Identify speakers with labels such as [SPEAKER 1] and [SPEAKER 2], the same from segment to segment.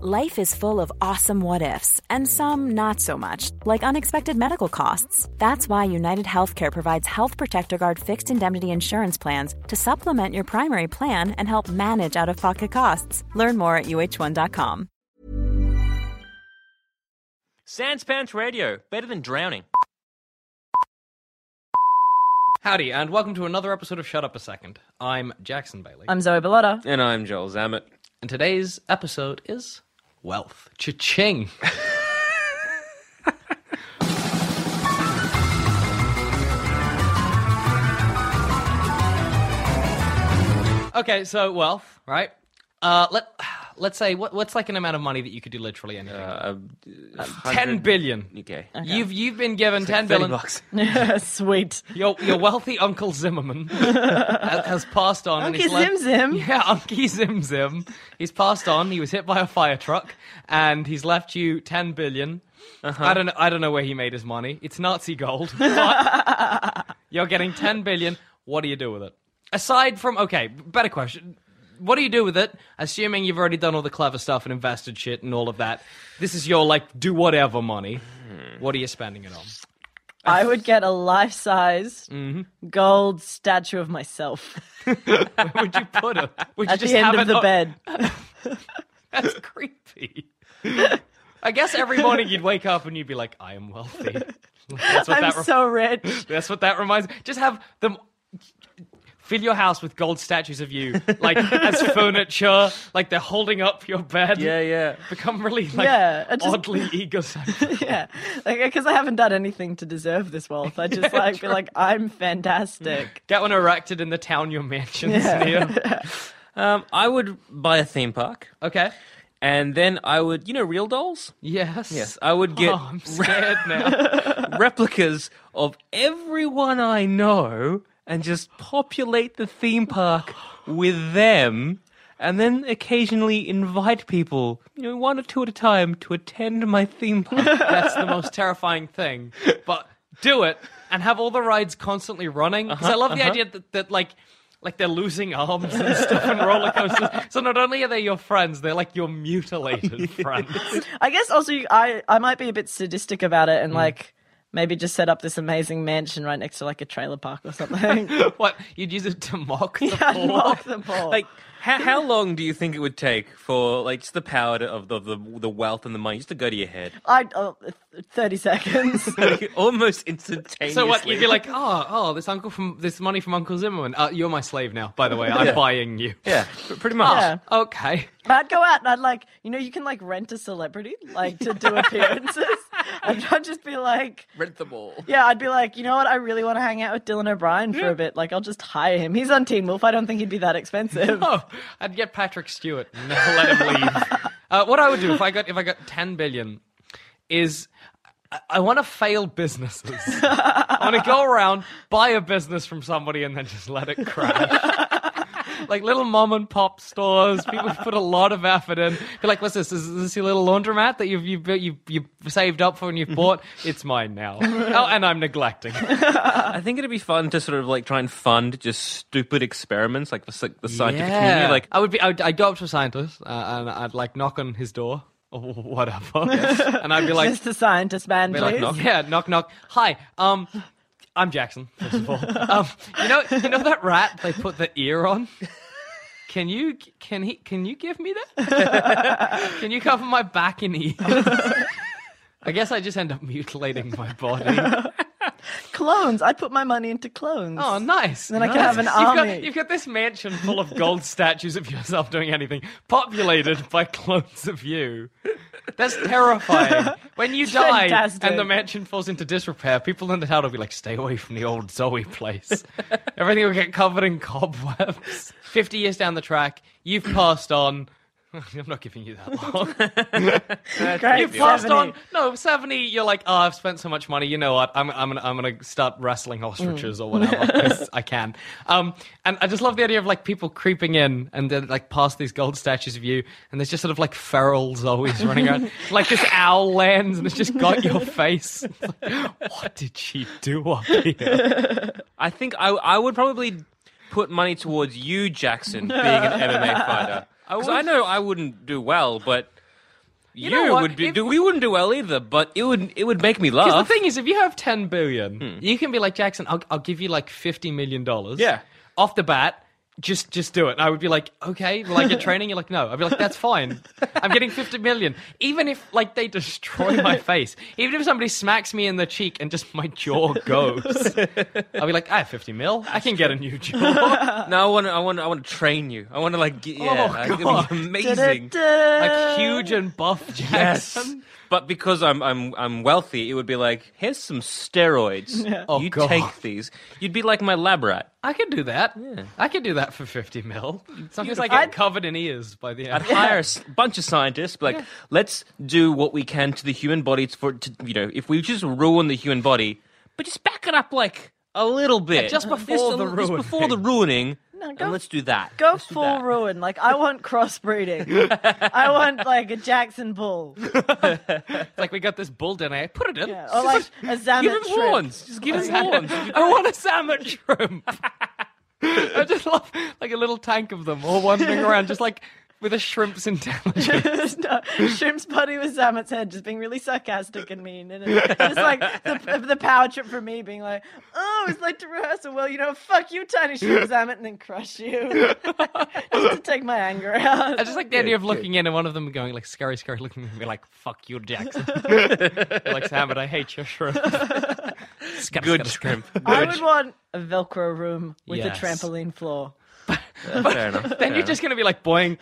[SPEAKER 1] Life is full of awesome what ifs and some not so much, like unexpected medical costs. That's why United Healthcare provides Health Protector Guard fixed indemnity insurance plans to supplement your primary plan and help manage out of pocket costs. Learn more at uh1.com.
[SPEAKER 2] Sans Pants Radio, better than drowning.
[SPEAKER 3] Howdy, and welcome to another episode of Shut Up a Second. I'm Jackson Bailey.
[SPEAKER 4] I'm Zoe Bellotta.
[SPEAKER 2] And I'm Joel Zammett.
[SPEAKER 3] and today's episode is Wealth. Cha-ching. okay, so wealth, right? Uh, let let's say what what's like an amount of money that you could do literally anything.
[SPEAKER 2] Uh,
[SPEAKER 3] ten billion.
[SPEAKER 2] Okay.
[SPEAKER 3] You've you've been given ten
[SPEAKER 2] Thirty
[SPEAKER 3] billion.
[SPEAKER 2] bucks.
[SPEAKER 4] Sweet.
[SPEAKER 3] Your your wealthy Uncle Zimmerman ha- has passed on. and
[SPEAKER 4] Unky
[SPEAKER 3] he's left-
[SPEAKER 4] Zim Zim.
[SPEAKER 3] Yeah, Unky Zim Zim. He's passed on. He was hit by a fire truck, and he's left you ten billion. I don't know. I don't know where he made his money. It's Nazi gold. But you're getting ten billion. What do you do with it? Aside from okay, better question. What do you do with it? Assuming you've already done all the clever stuff and invested shit and all of that. This is your like do whatever money. What are you spending it on?
[SPEAKER 4] I would get a life size
[SPEAKER 3] Mm-hmm.
[SPEAKER 4] gold statue of myself
[SPEAKER 3] Where would you put it? Would you
[SPEAKER 4] at
[SPEAKER 3] just
[SPEAKER 4] the
[SPEAKER 3] have
[SPEAKER 4] end of
[SPEAKER 3] it
[SPEAKER 4] the
[SPEAKER 3] on-
[SPEAKER 4] bed.
[SPEAKER 3] That's creepy. I guess every morning you'd wake up and you'd be like, "I am wealthy." That's what
[SPEAKER 4] I'm
[SPEAKER 3] that. re-
[SPEAKER 4] so rich.
[SPEAKER 3] that's what that reminds. Just have them fill your house with gold statues of you, like as furniture, like they're holding up your bed.
[SPEAKER 2] Yeah, yeah.
[SPEAKER 3] Become really like
[SPEAKER 4] Yeah, I just-
[SPEAKER 3] oddly egocentric.
[SPEAKER 4] Yeah, like because I haven't done anything to deserve this wealth. I just like be like, I'm fantastic.
[SPEAKER 3] Get one erected in the town your mansion's
[SPEAKER 4] Yeah.
[SPEAKER 3] near.
[SPEAKER 2] Um, I would buy a theme park,
[SPEAKER 3] Okay.
[SPEAKER 2] and then I would, you know, real dolls.
[SPEAKER 3] Yes.
[SPEAKER 2] Yes, I would get
[SPEAKER 3] Oh, I'm scared now.
[SPEAKER 2] replicas of everyone I know, and just populate the theme park with them, and then occasionally invite people, you know, one or two at a time, to attend my theme park.
[SPEAKER 3] That's the most terrifying thing. But do it and have all the rides constantly running. Because
[SPEAKER 2] Uh-huh,
[SPEAKER 3] I love the idea that, that like like they're losing arms and stuff and roller coasters. So not only are they your friends, they're like your mutilated friends.
[SPEAKER 4] I guess also you, I I might be a bit sadistic about it and
[SPEAKER 3] Mm.
[SPEAKER 4] like maybe just set up this amazing mansion right next to like a trailer park or something.
[SPEAKER 3] What you'd use it to mock the poor?
[SPEAKER 4] and mock them all.
[SPEAKER 2] Like, how, how long do you think it would take for like just the power to, of the, the the wealth and the money just to go to your head?
[SPEAKER 4] I oh, thirty seconds.
[SPEAKER 2] Like, almost instantaneously.
[SPEAKER 3] So what you'd be like, oh, oh, this uncle from this money from Uncle Zimmerman. Uh, you're my slave now, by the way. I'm
[SPEAKER 2] Yeah.
[SPEAKER 3] buying you.
[SPEAKER 2] Yeah, pr- pretty much.
[SPEAKER 4] Yeah.
[SPEAKER 3] Okay.
[SPEAKER 4] I'd go out and I'd like, you know, you can like rent a celebrity like to do appearances. and I'd just be like,
[SPEAKER 2] Rent them all.
[SPEAKER 4] yeah, I'd be like, you know what? I really want to hang out with Dylan O'Brien for a bit. Like, I'll just hire him. He's on Teen Wolf. I don't think he'd be that expensive.
[SPEAKER 3] Oh, I'd get Patrick Stewart. No, let him leave. uh, what I would do if I got if I got ten billion is I, I want to fail businesses. I want to go around buy a business from somebody and then just let it crash. Like little mom and pop stores, people put a lot of effort in. Be like, what's this? Is this your little laundromat that you've you've you've, you've saved up for and you've bought? It's mine now. Oh, and I'm neglecting. it.
[SPEAKER 2] I think it'd be fun to sort of like try and fund just stupid experiments, like the, sci- the scientific
[SPEAKER 3] Yeah.
[SPEAKER 2] community. Like,
[SPEAKER 3] I would be, I would, I'd go up to a scientist uh, and I'd like knock on his door or whatever, and I'd be like,
[SPEAKER 4] Mr. Scientist Man,
[SPEAKER 3] be
[SPEAKER 4] please.
[SPEAKER 3] like,
[SPEAKER 2] knock.
[SPEAKER 3] yeah, knock, knock. Hi, um, I'm Jackson. First of all, um, you know, you know that rat they put the ear on. Can you can he can you give me that? can you cover my back and ears? I guess I just end up mutilating my body.
[SPEAKER 4] Clones. I'd put my money into clones.
[SPEAKER 3] Oh, nice.
[SPEAKER 4] Then I can have an
[SPEAKER 3] Nice. You've
[SPEAKER 4] army.
[SPEAKER 3] got, you've got this mansion full of gold statues of yourself doing anything, populated by clones of you. That's terrifying. When you die
[SPEAKER 4] Fantastic.
[SPEAKER 3] and the mansion falls into disrepair, people in the town will be like, stay away from the old Zoe place. Everything will get covered in cobwebs. 50 years down the track, you've passed on. I'm not giving you that long.
[SPEAKER 4] Great.
[SPEAKER 3] you passed
[SPEAKER 4] 70.
[SPEAKER 3] on. No, seventy. You're like, oh, I've spent so much money. You know what? I'm, I'm gonna, I'm gonna start wrestling ostriches or whatever 'cause I can. Um, and I just love the idea of like people creeping in and then like past these gold statues of you, and there's just sort of like ferals always running around. like this owl lands and it's just got your face. It's like, what did she do up here?
[SPEAKER 2] I think I I would probably put money towards you, Jackson, being an MMA fighter. Because I, know I wouldn't do well, but you,
[SPEAKER 3] know what?
[SPEAKER 2] would be,
[SPEAKER 3] If-
[SPEAKER 2] do. We wouldn't do well either, but it would it would make me
[SPEAKER 3] Because
[SPEAKER 2] laugh.
[SPEAKER 3] the thing is, if you have ten billion,
[SPEAKER 2] Hmm.
[SPEAKER 3] you can be like Jackson. I'll, I'll give you like fifty million dollars.
[SPEAKER 2] Yeah.
[SPEAKER 3] off the bat, just just do it. And I would be like, okay. Will I get training? You're like, no. I'd be like, that's fine. I'm getting fifty million, even if like they destroy my face, even if somebody smacks me in the cheek and just my jaw goes. I'll be like, I have fifty mil. I can get a new jaw.
[SPEAKER 2] no, I want to I want I want to train you. I want to like get, yeah,
[SPEAKER 3] Oh,
[SPEAKER 2] I- it'd be
[SPEAKER 3] God.
[SPEAKER 2] amazing.
[SPEAKER 3] like huge and buff Jackson.
[SPEAKER 2] Yes. But because I'm I'm I'm wealthy, it would be like, here's some steroids.
[SPEAKER 3] Oh,
[SPEAKER 2] you
[SPEAKER 3] God.
[SPEAKER 2] take these. You'd be like my lab rat.
[SPEAKER 3] I could do that. I could do that for fifty mil. Sometimes I get covered in ears by the end.
[SPEAKER 2] I'd hire a s- bunch of scientists, be like, let's do what we can to the human body for, to, you know, if we just ruin the human body, but just back it up like a little bit,
[SPEAKER 3] just before
[SPEAKER 2] a
[SPEAKER 3] the
[SPEAKER 2] li- just
[SPEAKER 3] ruin
[SPEAKER 2] before
[SPEAKER 3] thing.
[SPEAKER 2] the ruining,
[SPEAKER 4] go-
[SPEAKER 2] and let's do that.
[SPEAKER 4] Go
[SPEAKER 2] Let's do
[SPEAKER 4] full
[SPEAKER 2] that.
[SPEAKER 4] ruin. Like I want crossbreeding. I want like a Jackson bull.
[SPEAKER 3] Like we got this bull dinner, put it in.
[SPEAKER 4] Yeah, or like a
[SPEAKER 2] Give
[SPEAKER 4] Zamet
[SPEAKER 2] him
[SPEAKER 4] shrimp.
[SPEAKER 2] horns. Just give him horns.
[SPEAKER 3] I want a salmon shrimp. I just love like a little tank of them all wandering around, just like with a shrimp's intelligence.
[SPEAKER 4] no, shrimp's body with Zamet's head, just being really sarcastic and mean, and it- it's like the, the power trip for me being like, "Oh, it's like to rehearsal. Well, you know, fuck you, tiny shrimp Zamet, and then crush you just to take my anger out."
[SPEAKER 3] I just like the idea of looking in and one of them going like scary, scary, looking at me like "fuck you, Jackson." like Sam, I hate your shrimp. Scum,
[SPEAKER 2] Good
[SPEAKER 3] scum,
[SPEAKER 2] shrimp.
[SPEAKER 4] I would want a Velcro room with
[SPEAKER 3] Yes.
[SPEAKER 4] a trampoline floor.
[SPEAKER 2] Fair enough.
[SPEAKER 3] Then you're just gonna be like boing.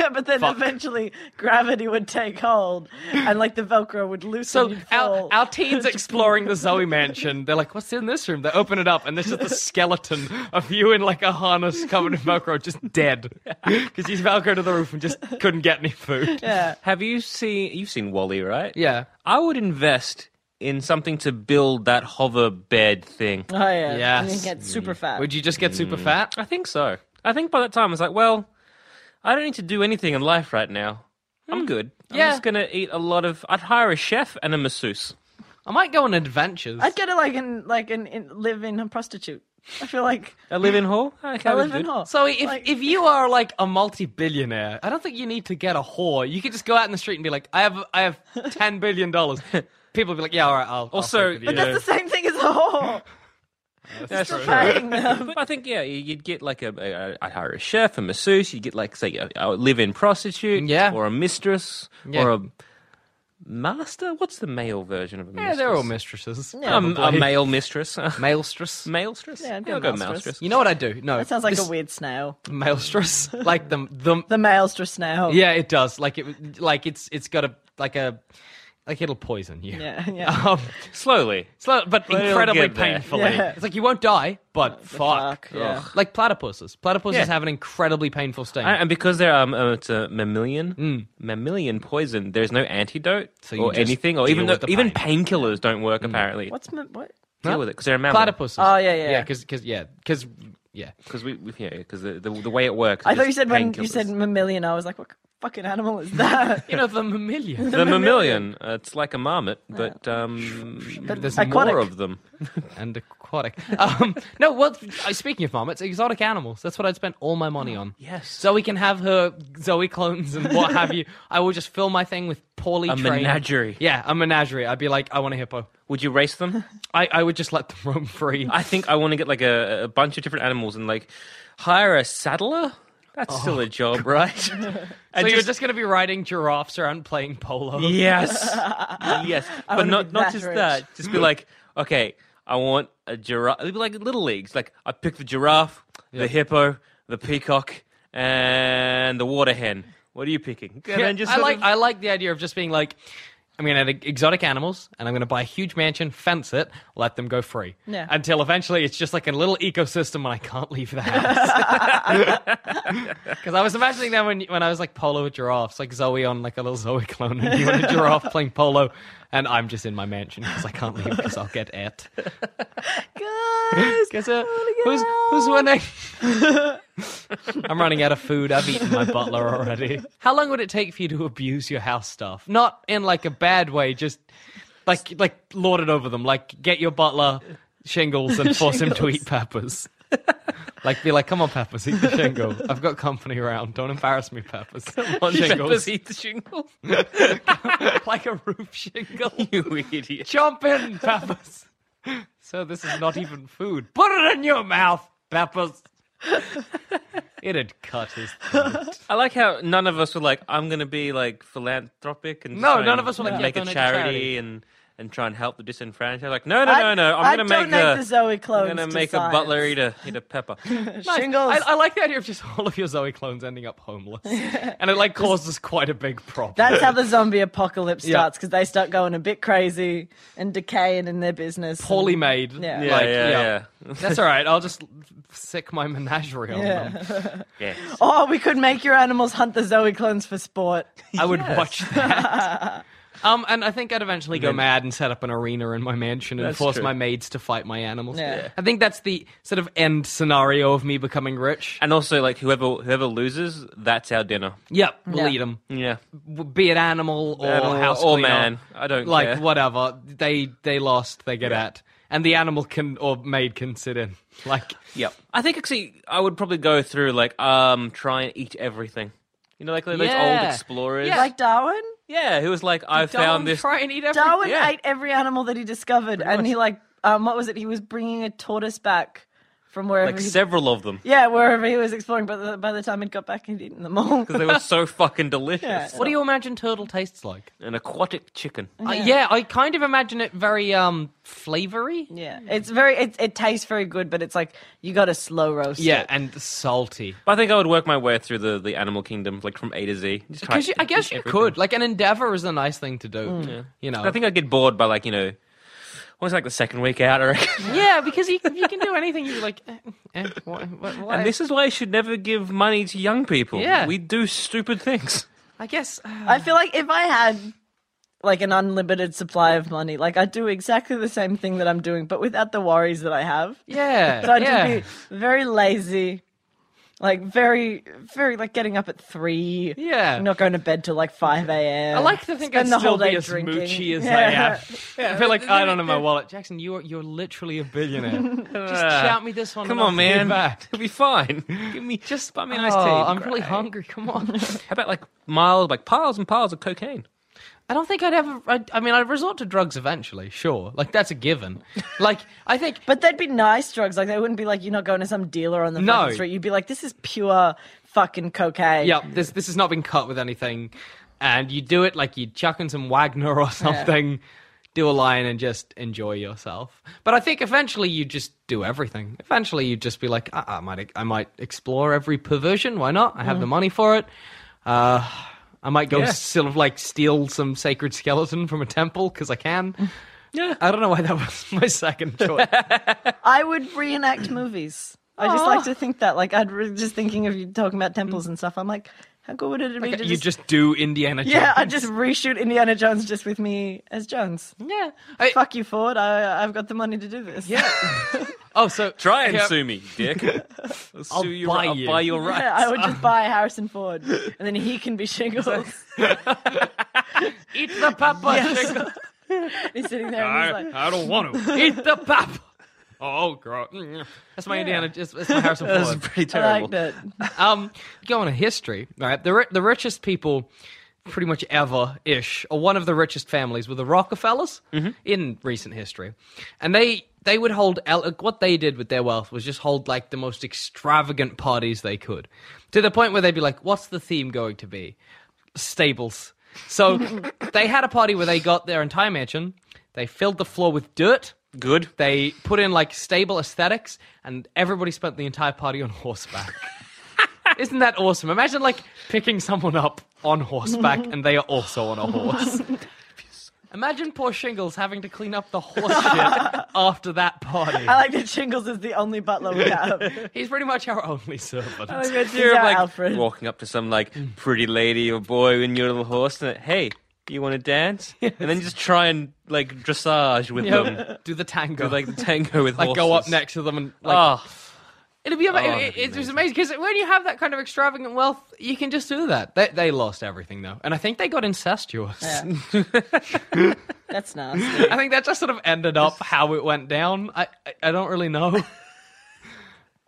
[SPEAKER 4] Yeah, but then eventually gravity would take hold, and like the Velcro would loosen.
[SPEAKER 3] So
[SPEAKER 4] you'd
[SPEAKER 3] our,
[SPEAKER 4] fall.
[SPEAKER 3] our team's exploring the Zoe mansion. They're like, "What's in this room?" They open it up, and there's just the skeleton of you in like a harness covered in Velcro, just dead because he's Velcro to the roof and just couldn't get any food.
[SPEAKER 4] yeah.
[SPEAKER 2] Have you seen? You've seen Wally, right?
[SPEAKER 3] Yeah.
[SPEAKER 2] I would invest in something to build that hover bed thing.
[SPEAKER 4] Oh yeah. And
[SPEAKER 3] Yes.
[SPEAKER 4] then get super fat.
[SPEAKER 3] Would you just get super fat?
[SPEAKER 2] I think so. I think by that time, it's like, well, I don't need to do anything in life right now. I'm good.
[SPEAKER 3] Yeah.
[SPEAKER 2] I'm just gonna eat a lot of. I'd hire a chef and a masseuse.
[SPEAKER 3] I might go on adventures.
[SPEAKER 4] I'd get a like an like an in, live in a prostitute. I feel like
[SPEAKER 2] A live-in hall. Okay,
[SPEAKER 4] I
[SPEAKER 2] we
[SPEAKER 4] live in
[SPEAKER 2] good.
[SPEAKER 4] hall.
[SPEAKER 3] so if
[SPEAKER 4] like-
[SPEAKER 3] if you are like a multi-billionaire, I don't think you need to get a whore. You could just go out in the street and be like, "I have I have ten billion dollars." People would be like, "Yeah, all right, I'll."
[SPEAKER 2] Also-
[SPEAKER 3] I'll
[SPEAKER 4] but
[SPEAKER 3] take it,
[SPEAKER 2] Yeah.
[SPEAKER 4] that's the same thing as a whore.
[SPEAKER 2] That's
[SPEAKER 4] Still
[SPEAKER 2] true.
[SPEAKER 4] paying them.
[SPEAKER 2] But I think yeah, you- you'd get like a, a I'd hire a chef, a masseuse. You'd get like say a, a live-in prostitute,
[SPEAKER 3] Yeah.
[SPEAKER 2] or a mistress,
[SPEAKER 3] Yeah.
[SPEAKER 2] or a master. What's the male version of a
[SPEAKER 3] yeah,
[SPEAKER 2] mistress?
[SPEAKER 3] they're all mistresses.
[SPEAKER 2] A, a
[SPEAKER 3] probably.
[SPEAKER 2] male mistress,
[SPEAKER 3] Maelstress.
[SPEAKER 2] maelstress.
[SPEAKER 4] Yeah, I'd go
[SPEAKER 2] I'll go
[SPEAKER 4] maelstress.
[SPEAKER 2] maelstress.
[SPEAKER 3] You know what I do? No,
[SPEAKER 4] That sounds like
[SPEAKER 3] this-
[SPEAKER 4] a weird snail.
[SPEAKER 3] maelstress like the the
[SPEAKER 4] The maelstrom snail.
[SPEAKER 3] yeah it does like it like it's it's got a like a like it'll poison you
[SPEAKER 4] Yeah. Yeah.
[SPEAKER 2] Oh.
[SPEAKER 3] um
[SPEAKER 2] Slowly.
[SPEAKER 3] so, but
[SPEAKER 2] it'll
[SPEAKER 3] incredibly
[SPEAKER 2] get there.
[SPEAKER 3] painfully
[SPEAKER 4] Yeah.
[SPEAKER 3] it's like you won't die but fuck,
[SPEAKER 4] fuck, yeah.
[SPEAKER 3] Ugh. like platypuses platypuses
[SPEAKER 2] Yeah.
[SPEAKER 3] have an incredibly painful sting
[SPEAKER 2] And and because they're um, uh, it's a mammalian, mammalian poison. There's no antidote
[SPEAKER 3] Mm. So you
[SPEAKER 2] or
[SPEAKER 3] just
[SPEAKER 2] anything, or
[SPEAKER 3] deal
[SPEAKER 2] even though,
[SPEAKER 3] with the
[SPEAKER 2] even
[SPEAKER 3] pain. Mm.
[SPEAKER 2] painkillers don't work apparently.
[SPEAKER 4] What's ma- what?
[SPEAKER 2] deal
[SPEAKER 3] Huh?
[SPEAKER 2] with it because they're a mammal.
[SPEAKER 3] platypuses
[SPEAKER 4] Oh, yeah, yeah,
[SPEAKER 3] yeah
[SPEAKER 4] yeah.
[SPEAKER 3] because because yeah because yeah
[SPEAKER 2] Because we, we yeah, because the, the the way it works.
[SPEAKER 4] I
[SPEAKER 2] is
[SPEAKER 4] thought you
[SPEAKER 2] just
[SPEAKER 4] said when you
[SPEAKER 2] painkillers.
[SPEAKER 4] said mammalian, I was like, what fucking animal is that?
[SPEAKER 3] you know the mammalian
[SPEAKER 2] the mammalian. Uh, it's like a marmot, but um,
[SPEAKER 3] There's
[SPEAKER 4] Aquatic.
[SPEAKER 2] more of them.
[SPEAKER 3] and aquatic. Um, no, well, uh, speaking of marmots, exotic animals. That's what I'd spend all my money on.
[SPEAKER 2] Oh, Yes.
[SPEAKER 3] Zoe can have her Zoe clones and what have you. I will just fill my thing with poorly
[SPEAKER 2] A
[SPEAKER 3] trained.
[SPEAKER 2] menagerie.
[SPEAKER 3] Yeah, a menagerie. I'd be like, I want a hippo.
[SPEAKER 2] Would you race them?
[SPEAKER 3] I, I would just let them roam free.
[SPEAKER 2] I think I want to get like a, a bunch of different animals and like hire a saddler. That's still
[SPEAKER 4] Oh,
[SPEAKER 2] a job, right? and
[SPEAKER 3] so you're just going to be riding giraffes around playing polo.
[SPEAKER 2] Yes. yes. But
[SPEAKER 4] wanna
[SPEAKER 2] not not
[SPEAKER 4] be that
[SPEAKER 2] just
[SPEAKER 4] rich.
[SPEAKER 2] that. Just be like, okay, I want a giraffe. It'd be like little leagues. Like I pick the giraffe, the hippo, the peacock, and the water hen. What are you picking? And
[SPEAKER 3] Yeah,
[SPEAKER 2] then just
[SPEAKER 3] I
[SPEAKER 2] sort
[SPEAKER 3] like
[SPEAKER 2] of-
[SPEAKER 3] I like the idea of just being like I'm going to have exotic animals and I'm going to buy a huge mansion, fence it, let them go free.
[SPEAKER 4] Yeah.
[SPEAKER 3] Until eventually it's just like a little ecosystem and I can't leave the house. Because I was imagining that when, when I was like polo with giraffes, like Zoe on like a little Zoe clone and you and a giraffe playing polo and I'm just in my mansion because I can't leave because I'll get it.
[SPEAKER 4] Guys,
[SPEAKER 3] Guess, uh, who's, who's winning? I'm running out of food. I've eaten my butler already. How long would it take for you to abuse your house staff? Not in like a bad way, just like like lord it over them. Like get your butler shingles and force him to eat peppers. like be like, come on, peppers, eat the shingle. I've got company around. Don't embarrass me, peppers. Come on, shingles.
[SPEAKER 2] Peppers eat the shingle.
[SPEAKER 3] like a roof shingle.
[SPEAKER 2] you idiot.
[SPEAKER 3] Jump in, peppers. so this is not even food. Put it in your mouth, peppers. It'd cut his throat.
[SPEAKER 2] I like how none of us were like, I'm going to be like philanthropic and try
[SPEAKER 3] No, none
[SPEAKER 2] and
[SPEAKER 3] of us were like, yeah,
[SPEAKER 2] make a
[SPEAKER 3] donate to
[SPEAKER 2] charity,
[SPEAKER 3] charity.
[SPEAKER 2] and and try and help the disenfranchised. Like, no, no, no, no. I'm
[SPEAKER 4] I'd
[SPEAKER 2] going to make
[SPEAKER 4] donate
[SPEAKER 2] a
[SPEAKER 4] the Zoe
[SPEAKER 2] I'm
[SPEAKER 4] clones.
[SPEAKER 2] going to
[SPEAKER 4] to
[SPEAKER 2] make a
[SPEAKER 4] science.
[SPEAKER 2] butler eat a eat a pepper.
[SPEAKER 3] Nice.
[SPEAKER 4] Shingles.
[SPEAKER 3] I, I like the idea of just all of your Zoe clones ending up homeless, and it like causes quite a big problem.
[SPEAKER 4] That's how the zombie apocalypse
[SPEAKER 3] Yeah.
[SPEAKER 4] starts because they start going a bit crazy and decaying in their business. and-
[SPEAKER 3] poorly made.
[SPEAKER 4] Yeah.
[SPEAKER 2] yeah,
[SPEAKER 3] like,
[SPEAKER 2] yeah, yeah.
[SPEAKER 3] That's all right. I'll just sick my menagerie on them.
[SPEAKER 4] Yeah.
[SPEAKER 2] Yes.
[SPEAKER 4] or oh, we could make your animals hunt the Zoe clones for sport.
[SPEAKER 3] I would watch that. Um, and I think I'd eventually go mad and set up an arena in my mansion and
[SPEAKER 2] That's
[SPEAKER 3] force
[SPEAKER 2] true.
[SPEAKER 3] my maids to fight my animals.
[SPEAKER 4] Yeah. Yeah.
[SPEAKER 3] I think that's the sort of end scenario of me becoming rich.
[SPEAKER 2] And also, like whoever whoever loses, that's our dinner.
[SPEAKER 3] Yep, we'll
[SPEAKER 4] Yeah.
[SPEAKER 3] 'em. eat them.
[SPEAKER 2] Yeah.
[SPEAKER 3] Be it animal or
[SPEAKER 2] Animal
[SPEAKER 3] house
[SPEAKER 2] or
[SPEAKER 3] cleaner.
[SPEAKER 2] man. I don't
[SPEAKER 3] like
[SPEAKER 2] care.
[SPEAKER 3] whatever they they lost. They get at, and the animal can or maid can sit in. Like
[SPEAKER 2] Yep. I think actually, I would probably go through like um try and eat everything. You know, like those
[SPEAKER 3] Yeah.
[SPEAKER 2] old explorers.
[SPEAKER 3] Yeah.
[SPEAKER 4] Like Darwin?
[SPEAKER 2] Yeah, who was like, I
[SPEAKER 3] "Darwin,
[SPEAKER 2] found this.
[SPEAKER 3] Try and eat everything.
[SPEAKER 4] Darwin
[SPEAKER 2] Yeah.
[SPEAKER 4] ate every animal that he discovered, and he like, um, what was it? He was bringing a tortoise back from wherever.
[SPEAKER 2] like
[SPEAKER 4] he,
[SPEAKER 2] several of them
[SPEAKER 4] yeah, wherever he was exploring. But the- by the time he'd got back, he'd eaten them all.
[SPEAKER 2] because they were so fucking delicious.
[SPEAKER 4] Yeah.
[SPEAKER 3] What do you imagine turtle tastes like?
[SPEAKER 2] An aquatic chicken.
[SPEAKER 3] Uh, Yeah, I kind of imagine it very um flavory.
[SPEAKER 4] Yeah, it's very. It, it tastes very good, but it's like you got to slow roast.
[SPEAKER 3] Yeah,
[SPEAKER 4] it.
[SPEAKER 3] and salty.
[SPEAKER 2] But I think I would work my way through the, the animal kingdom, like from A to Z. Just try
[SPEAKER 3] Because
[SPEAKER 2] to
[SPEAKER 3] I
[SPEAKER 2] eat
[SPEAKER 3] guess you
[SPEAKER 2] everything.
[SPEAKER 3] could. Like an endeavor is a nice thing to do.
[SPEAKER 4] Mm.
[SPEAKER 3] You know.
[SPEAKER 2] I think I'd get bored by like you know, what was it, like the second week out, I reckon.
[SPEAKER 3] yeah, because you you can do anything. You're like, eh, eh, wha- wha- why-
[SPEAKER 2] And this is why you should never give money to young people.
[SPEAKER 3] Yeah.
[SPEAKER 2] we do stupid things.
[SPEAKER 3] I guess. uh,
[SPEAKER 4] I feel like if I had like an unlimited supply of money, like I'd do exactly the same thing that I'm doing, but without the worries that I have.
[SPEAKER 3] yeah.
[SPEAKER 4] So I'd
[SPEAKER 3] yeah.
[SPEAKER 4] just be very lazy, like very, very like getting up at three.
[SPEAKER 3] Yeah.
[SPEAKER 4] not going to bed till like five a.m.
[SPEAKER 3] I like to think
[SPEAKER 4] spend
[SPEAKER 3] I'd
[SPEAKER 4] the
[SPEAKER 3] still
[SPEAKER 4] whole
[SPEAKER 3] be
[SPEAKER 4] day
[SPEAKER 3] as
[SPEAKER 4] drinking.
[SPEAKER 3] moochy as
[SPEAKER 4] Yeah.
[SPEAKER 3] I am. I feel like I don't have my wallet. Jackson, you're you're literally a billionaire. just shout me this one.
[SPEAKER 2] Ah. Come
[SPEAKER 3] and I'll
[SPEAKER 2] on,
[SPEAKER 3] pay you
[SPEAKER 2] man.
[SPEAKER 3] Back.
[SPEAKER 2] It'll be fine. Give me just buy me a nice tea. It'd
[SPEAKER 3] Oh,
[SPEAKER 2] be
[SPEAKER 3] I'm really
[SPEAKER 2] great.
[SPEAKER 3] hungry. Come on.
[SPEAKER 2] How about like miles, like piles and piles of cocaine?
[SPEAKER 3] I don't think I'd ever. I, I mean, I'd resort to drugs eventually, sure. Like, that's a given. Like, I think.
[SPEAKER 4] But they'd be nice drugs. Like they wouldn't be like you're not going to some dealer on the
[SPEAKER 3] No.
[SPEAKER 4] fucking street. You'd be like, this is pure fucking cocaine.
[SPEAKER 3] Yeah, this this has not been cut with anything, and you do it like you chuck in some Wagner or something, do a line and just enjoy yourself. But I think eventually you just do everything. Eventually you'd just be like, uh I might I might explore every perversion. Why not? I have the money for it. Uh, I might go
[SPEAKER 2] Yeah.
[SPEAKER 3] sort of like steal some sacred skeleton from a temple because I can.
[SPEAKER 2] Yeah.
[SPEAKER 3] I don't know why that was my second choice.
[SPEAKER 4] I would reenact movies. I just like to think that. Like I'd re- just thinking of you talking about temples and stuff. I'm like, how cool would it be
[SPEAKER 3] Like,
[SPEAKER 4] to
[SPEAKER 3] you just do Indiana Jones.
[SPEAKER 4] yeah, I just reshoot Indiana Jones just with me as Jones.
[SPEAKER 3] yeah. I-
[SPEAKER 4] Fuck you, Ford. I, I've got the money to do this. Yeah,
[SPEAKER 3] oh, so
[SPEAKER 2] Try and
[SPEAKER 3] yeah.
[SPEAKER 2] sue me, Dick. I'll, sue you.
[SPEAKER 3] buy
[SPEAKER 2] I'll
[SPEAKER 3] you.
[SPEAKER 2] buy your rights.
[SPEAKER 4] I would just buy Harrison Ford, and then he can be shingles.
[SPEAKER 3] Eat the pepper. Jacob.
[SPEAKER 4] he's sitting there and he's like,
[SPEAKER 3] I don't want to eat the pap. Oh, God. Mm. That's my Indiana. That's, that's my Harrison
[SPEAKER 2] That's
[SPEAKER 3] Ford.
[SPEAKER 2] pretty
[SPEAKER 4] I
[SPEAKER 2] terrible.
[SPEAKER 4] liked it.
[SPEAKER 3] um, going to history, right? The ri- the richest people, pretty much ever ish, or one of the richest families were the Rockefellers
[SPEAKER 2] Mm-hmm.
[SPEAKER 3] in recent history, and they they would hold el- like, what they did with their wealth was just hold like the most extravagant parties they could, to the point where they'd be like, "What's the theme going to be?" Stables. So they had a party where they got their entire mansion, they filled the floor with dirt.
[SPEAKER 2] Good.
[SPEAKER 3] They put in like stable aesthetics, and everybody spent the entire party on horseback. Isn't that awesome? Imagine like picking someone up on horseback, and they are also on a horse. Imagine poor Shingles having to clean up the horse shit after that party.
[SPEAKER 2] Uh,
[SPEAKER 4] I like that Shingles is the only butler we have.
[SPEAKER 3] He's pretty much our only servant.
[SPEAKER 4] I like that
[SPEAKER 3] You're
[SPEAKER 4] she's our
[SPEAKER 3] like,
[SPEAKER 4] Alfred.
[SPEAKER 2] Walking up to some like pretty lady or boy in your little horse and hey, you want to dance? And then just try and like dressage with
[SPEAKER 3] you
[SPEAKER 2] them.
[SPEAKER 3] know, do the tango.
[SPEAKER 2] Do, like the tango with
[SPEAKER 3] like go up
[SPEAKER 2] horses.
[SPEAKER 3] next to them and like
[SPEAKER 2] Ah,
[SPEAKER 3] it'd be, ama-
[SPEAKER 2] Oh,
[SPEAKER 3] it,
[SPEAKER 2] that'd be
[SPEAKER 3] it, was amazing because when you have that kind of extravagant wealth you can just do that they, they lost everything though and i think they got incestuous
[SPEAKER 4] That's nasty.
[SPEAKER 3] i think that just sort of ended up how it went down i i, I don't really know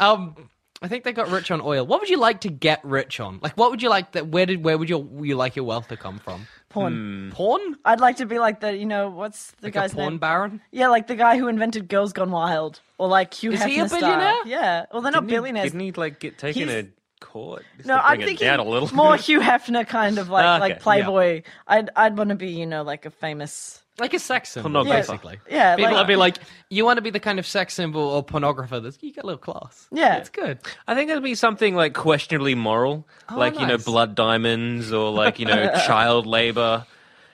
[SPEAKER 3] um I think they got rich on oil. What would you like to get rich on? Like, what would you like that? Where did where would your you like your wealth to come from?
[SPEAKER 4] Porn.
[SPEAKER 2] Hmm. Mm.
[SPEAKER 3] Porn?
[SPEAKER 4] I'd like to be like the, you know, what's the
[SPEAKER 3] Like
[SPEAKER 4] guy's
[SPEAKER 3] a porn
[SPEAKER 4] name?
[SPEAKER 3] baron?
[SPEAKER 4] yeah, like the guy who invented Girls Gone Wild, or like Hugh
[SPEAKER 3] Is
[SPEAKER 4] Hefner.
[SPEAKER 3] he a
[SPEAKER 4] style.
[SPEAKER 3] billionaire?
[SPEAKER 4] Yeah. Well, they're not
[SPEAKER 2] didn't he,
[SPEAKER 4] billionaires.
[SPEAKER 2] didn't he like get taken
[SPEAKER 4] He's-
[SPEAKER 2] to court? Just
[SPEAKER 4] No,
[SPEAKER 2] to
[SPEAKER 4] I'm
[SPEAKER 2] bring it
[SPEAKER 4] thinking
[SPEAKER 2] down a little. Ah,
[SPEAKER 4] more Hugh Hefner kind of like
[SPEAKER 2] Okay, yeah.
[SPEAKER 4] like Playboy. I'd I'd want to be, you know, like a famous.
[SPEAKER 3] Like a sex symbol,
[SPEAKER 2] Pornographer.
[SPEAKER 3] basically.
[SPEAKER 4] Yeah,
[SPEAKER 3] People
[SPEAKER 4] like-
[SPEAKER 3] would be like, you want to be the kind of sex symbol or pornographer that's you got a little class.
[SPEAKER 4] Yeah.
[SPEAKER 3] It's good. Oh,
[SPEAKER 2] I think it'd be something like questionably moral, like you know,
[SPEAKER 3] nice.
[SPEAKER 2] blood diamonds or like you know, child labor.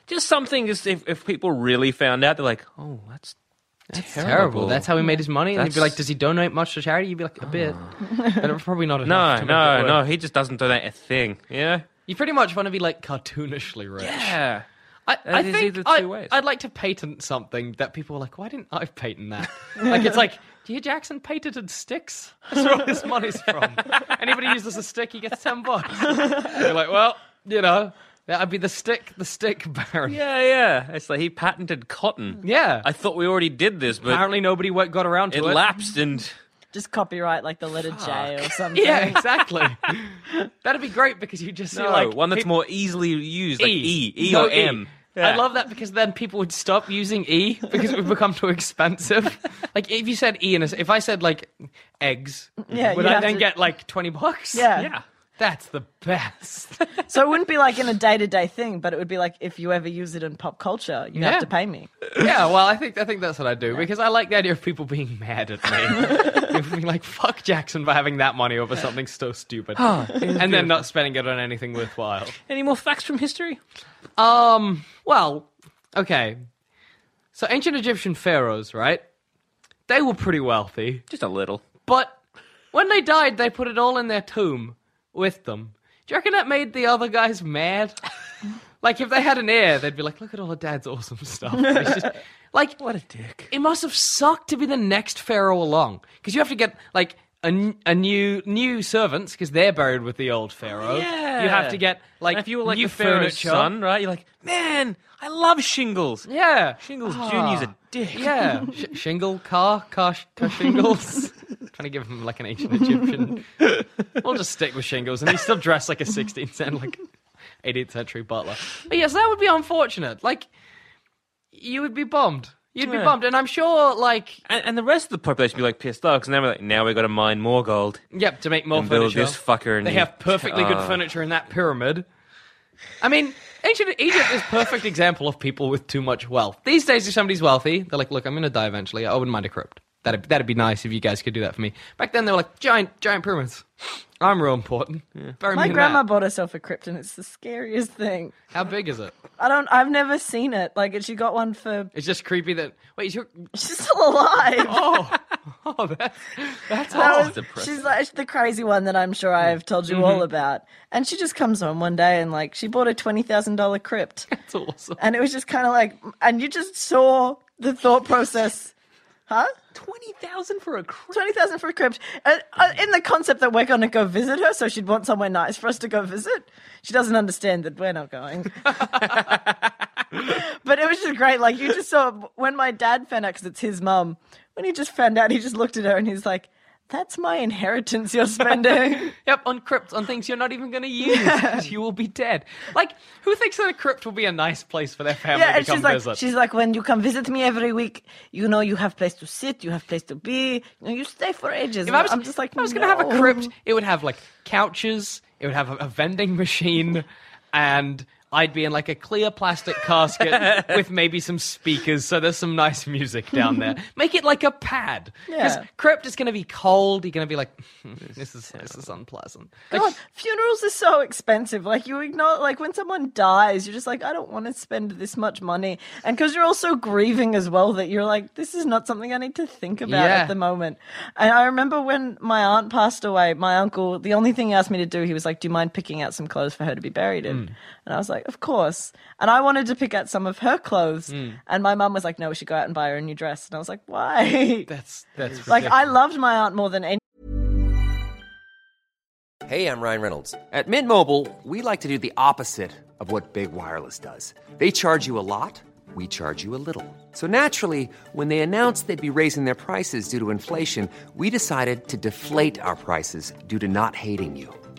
[SPEAKER 2] Just something. Just if, if people really found out, they're like, oh, that's
[SPEAKER 3] That's terrible. That's how he made his money. And you'd be
[SPEAKER 2] That's-
[SPEAKER 3] like, does he donate much to charity? You'd be like, a bit. but it was probably not
[SPEAKER 2] no,
[SPEAKER 3] enough. to make
[SPEAKER 2] no,
[SPEAKER 3] it
[SPEAKER 2] no.
[SPEAKER 3] work.
[SPEAKER 2] He just doesn't donate a thing. You know?
[SPEAKER 3] You pretty much want to be like cartoonishly rich.
[SPEAKER 2] Yeah.
[SPEAKER 3] I, I
[SPEAKER 2] That is
[SPEAKER 3] think
[SPEAKER 2] either
[SPEAKER 3] I,
[SPEAKER 2] two ways.
[SPEAKER 3] I'd like to patent something that people are like, why didn't I patent that? like, it's like, Dear Jackson patented sticks. That's where all his money's from. Anybody uses a stick, he gets 10 bucks. You're like, well, you know, that'd be the stick, the stick baron.
[SPEAKER 2] Yeah, yeah. It's like he patented cotton.
[SPEAKER 3] Yeah.
[SPEAKER 2] I thought we already did this, but
[SPEAKER 3] Apparently nobody wa- got around to
[SPEAKER 2] it
[SPEAKER 3] it.
[SPEAKER 2] lapsed and
[SPEAKER 4] Just copyright like the letter J or something.
[SPEAKER 3] yeah, exactly. That'd be great because you just see
[SPEAKER 2] no,
[SPEAKER 3] like
[SPEAKER 2] one that's
[SPEAKER 3] pe-
[SPEAKER 2] more easily used, like E, E,
[SPEAKER 3] No,
[SPEAKER 2] or M.
[SPEAKER 3] I love that because then people would stop using E because it would become too expensive. like if you said E and if I said like eggs,
[SPEAKER 4] Yeah,
[SPEAKER 3] would
[SPEAKER 4] you
[SPEAKER 3] I
[SPEAKER 4] have
[SPEAKER 3] then
[SPEAKER 4] to-
[SPEAKER 3] get like twenty bucks?
[SPEAKER 4] Yeah.
[SPEAKER 2] Yeah.
[SPEAKER 3] That's the best.
[SPEAKER 4] So it wouldn't be like in a day to day thing, but it would be like if you ever use it in pop culture, you
[SPEAKER 3] Yeah.
[SPEAKER 4] have to pay me.
[SPEAKER 3] yeah, well, I think I think that's what I do because I like the idea of people being mad at me, people being like, "Fuck Jackson for having that money over something so stupid," and then not spending it on anything worthwhile.
[SPEAKER 2] Any more facts from history?
[SPEAKER 3] Um, well, okay. So ancient Egyptian pharaohs, right? They were pretty wealthy,
[SPEAKER 2] Just a little.
[SPEAKER 3] but when they died, they put it all in their tomb with them. Do you reckon that made the other guys mad? like, if they had an heir, they'd be like, look at all of dad's awesome stuff. It's just- like,
[SPEAKER 2] What a dick.
[SPEAKER 3] it must have sucked to be the next pharaoh along because you have to get like a, n- a new new servants because they're buried with the old pharaoh.
[SPEAKER 2] Yeah.
[SPEAKER 3] You have to get like
[SPEAKER 2] And if you were like
[SPEAKER 3] new
[SPEAKER 2] the Pharaoh's
[SPEAKER 3] furniture.
[SPEAKER 2] son, right? You're like, man, I love shingles.
[SPEAKER 3] Yeah.
[SPEAKER 2] Shingles Junior's a dick.
[SPEAKER 3] Yeah, Sh- shingle car, car, sh- car shingles. Trying to give him like an ancient Egyptian. We'll just stick with shingles, and he's still dressed like a 16th century, like 18th century butler. But yes, that would be unfortunate. Like, you would be bummed. You'd be
[SPEAKER 2] Yeah.
[SPEAKER 3] bummed, and I'm sure, like,
[SPEAKER 2] And, and the rest of the population be like pissed off because now we're like, now we got to mine more gold
[SPEAKER 3] yep, to make more
[SPEAKER 2] and build
[SPEAKER 3] furniture.
[SPEAKER 2] this fucker. And
[SPEAKER 3] They
[SPEAKER 2] he-
[SPEAKER 3] have perfectly good
[SPEAKER 2] Ah.
[SPEAKER 3] furniture in that pyramid. I mean, ancient Egypt is perfect example of people with too much wealth. These days, if somebody's wealthy, they're like, "Look, I'm going to die eventually. I wouldn't mind a crypt. That'd that'd be nice if you guys could do that for me." Back then, they were like giant giant pyramids. I'm real important. Bury me
[SPEAKER 4] My
[SPEAKER 3] in
[SPEAKER 4] grandma
[SPEAKER 3] that.
[SPEAKER 4] bought herself a crypt and it's the scariest thing.
[SPEAKER 3] How big is it?
[SPEAKER 4] I don't I've never seen it. Like she got one for
[SPEAKER 3] It's just creepy that wait. Is your,
[SPEAKER 4] she's still alive.
[SPEAKER 3] oh, oh, that's that's
[SPEAKER 4] That
[SPEAKER 3] all.
[SPEAKER 4] was-
[SPEAKER 2] depressing.
[SPEAKER 4] she's like the crazy one that I'm sure I've told you
[SPEAKER 3] Mm-hmm.
[SPEAKER 4] all about. And she just comes home one day and like she bought a twenty thousand dollar crypt,
[SPEAKER 3] That's awesome.
[SPEAKER 4] and it was just kind of like, and you just saw the thought process, huh?
[SPEAKER 2] twenty thousand for a crypt.
[SPEAKER 4] Twenty thousand for a crypt, uh, uh, in the concept that we're going to go visit her, so she'd want somewhere nice for us to go visit. She doesn't understand that we're not going. but it was just great. Like you just saw when my dad found out, because it's his mum. When he just found out, he just looked at her and he's like, "That's my inheritance you're spending."
[SPEAKER 3] Yep, on crypts, on things you're not even going to use. 'cause You will be dead. Like, who thinks that a crypt will be a nice place for their family
[SPEAKER 4] yeah,
[SPEAKER 3] to
[SPEAKER 4] and
[SPEAKER 3] come
[SPEAKER 4] she's like,
[SPEAKER 3] visit?
[SPEAKER 4] she's like, "When you come visit me every week, you know you have place to sit, you have place to be, you, know, you stay for ages."
[SPEAKER 3] If I was,
[SPEAKER 4] I'm just like,
[SPEAKER 3] if I was gonna have a
[SPEAKER 4] "No."
[SPEAKER 3] crypt, it would have like couches, it would have a, a vending machine, and I'd be in like a clear plastic casket with maybe some speakers, so there's some nice music down there. Make it like a pad. Because
[SPEAKER 4] Yeah.
[SPEAKER 3] crypt is going to be cold. You're going to be like, this is this is unpleasant. Like,
[SPEAKER 4] God, funerals are so expensive. Like you ignore, like when someone dies, you're just like, I don't want to spend this much money, and because you're also grieving as well, that you're like, this is not something I need to think about
[SPEAKER 3] Yeah.
[SPEAKER 4] at the moment. And I remember when my aunt passed away, my uncle, the only thing he asked me to do, he was like, Do you mind picking out some clothes for her to be buried in?
[SPEAKER 3] Hmm.
[SPEAKER 4] And I was like, Of course. And I wanted to pick out some of her clothes,
[SPEAKER 3] Hmm.
[SPEAKER 4] and my mum was like, No, we should go out and buy her a new dress. And I was like, Why?
[SPEAKER 3] that's that's
[SPEAKER 4] like I
[SPEAKER 3] ridiculous.
[SPEAKER 4] loved my aunt more than any.
[SPEAKER 5] Hey, I'm Ryan Reynolds. At Mint Mobile, we like to do the opposite of what Big Wireless does. They charge you a lot, we charge you a little. So naturally, when they announced they'd be raising their prices due to inflation, we decided to deflate our prices due to not hating you.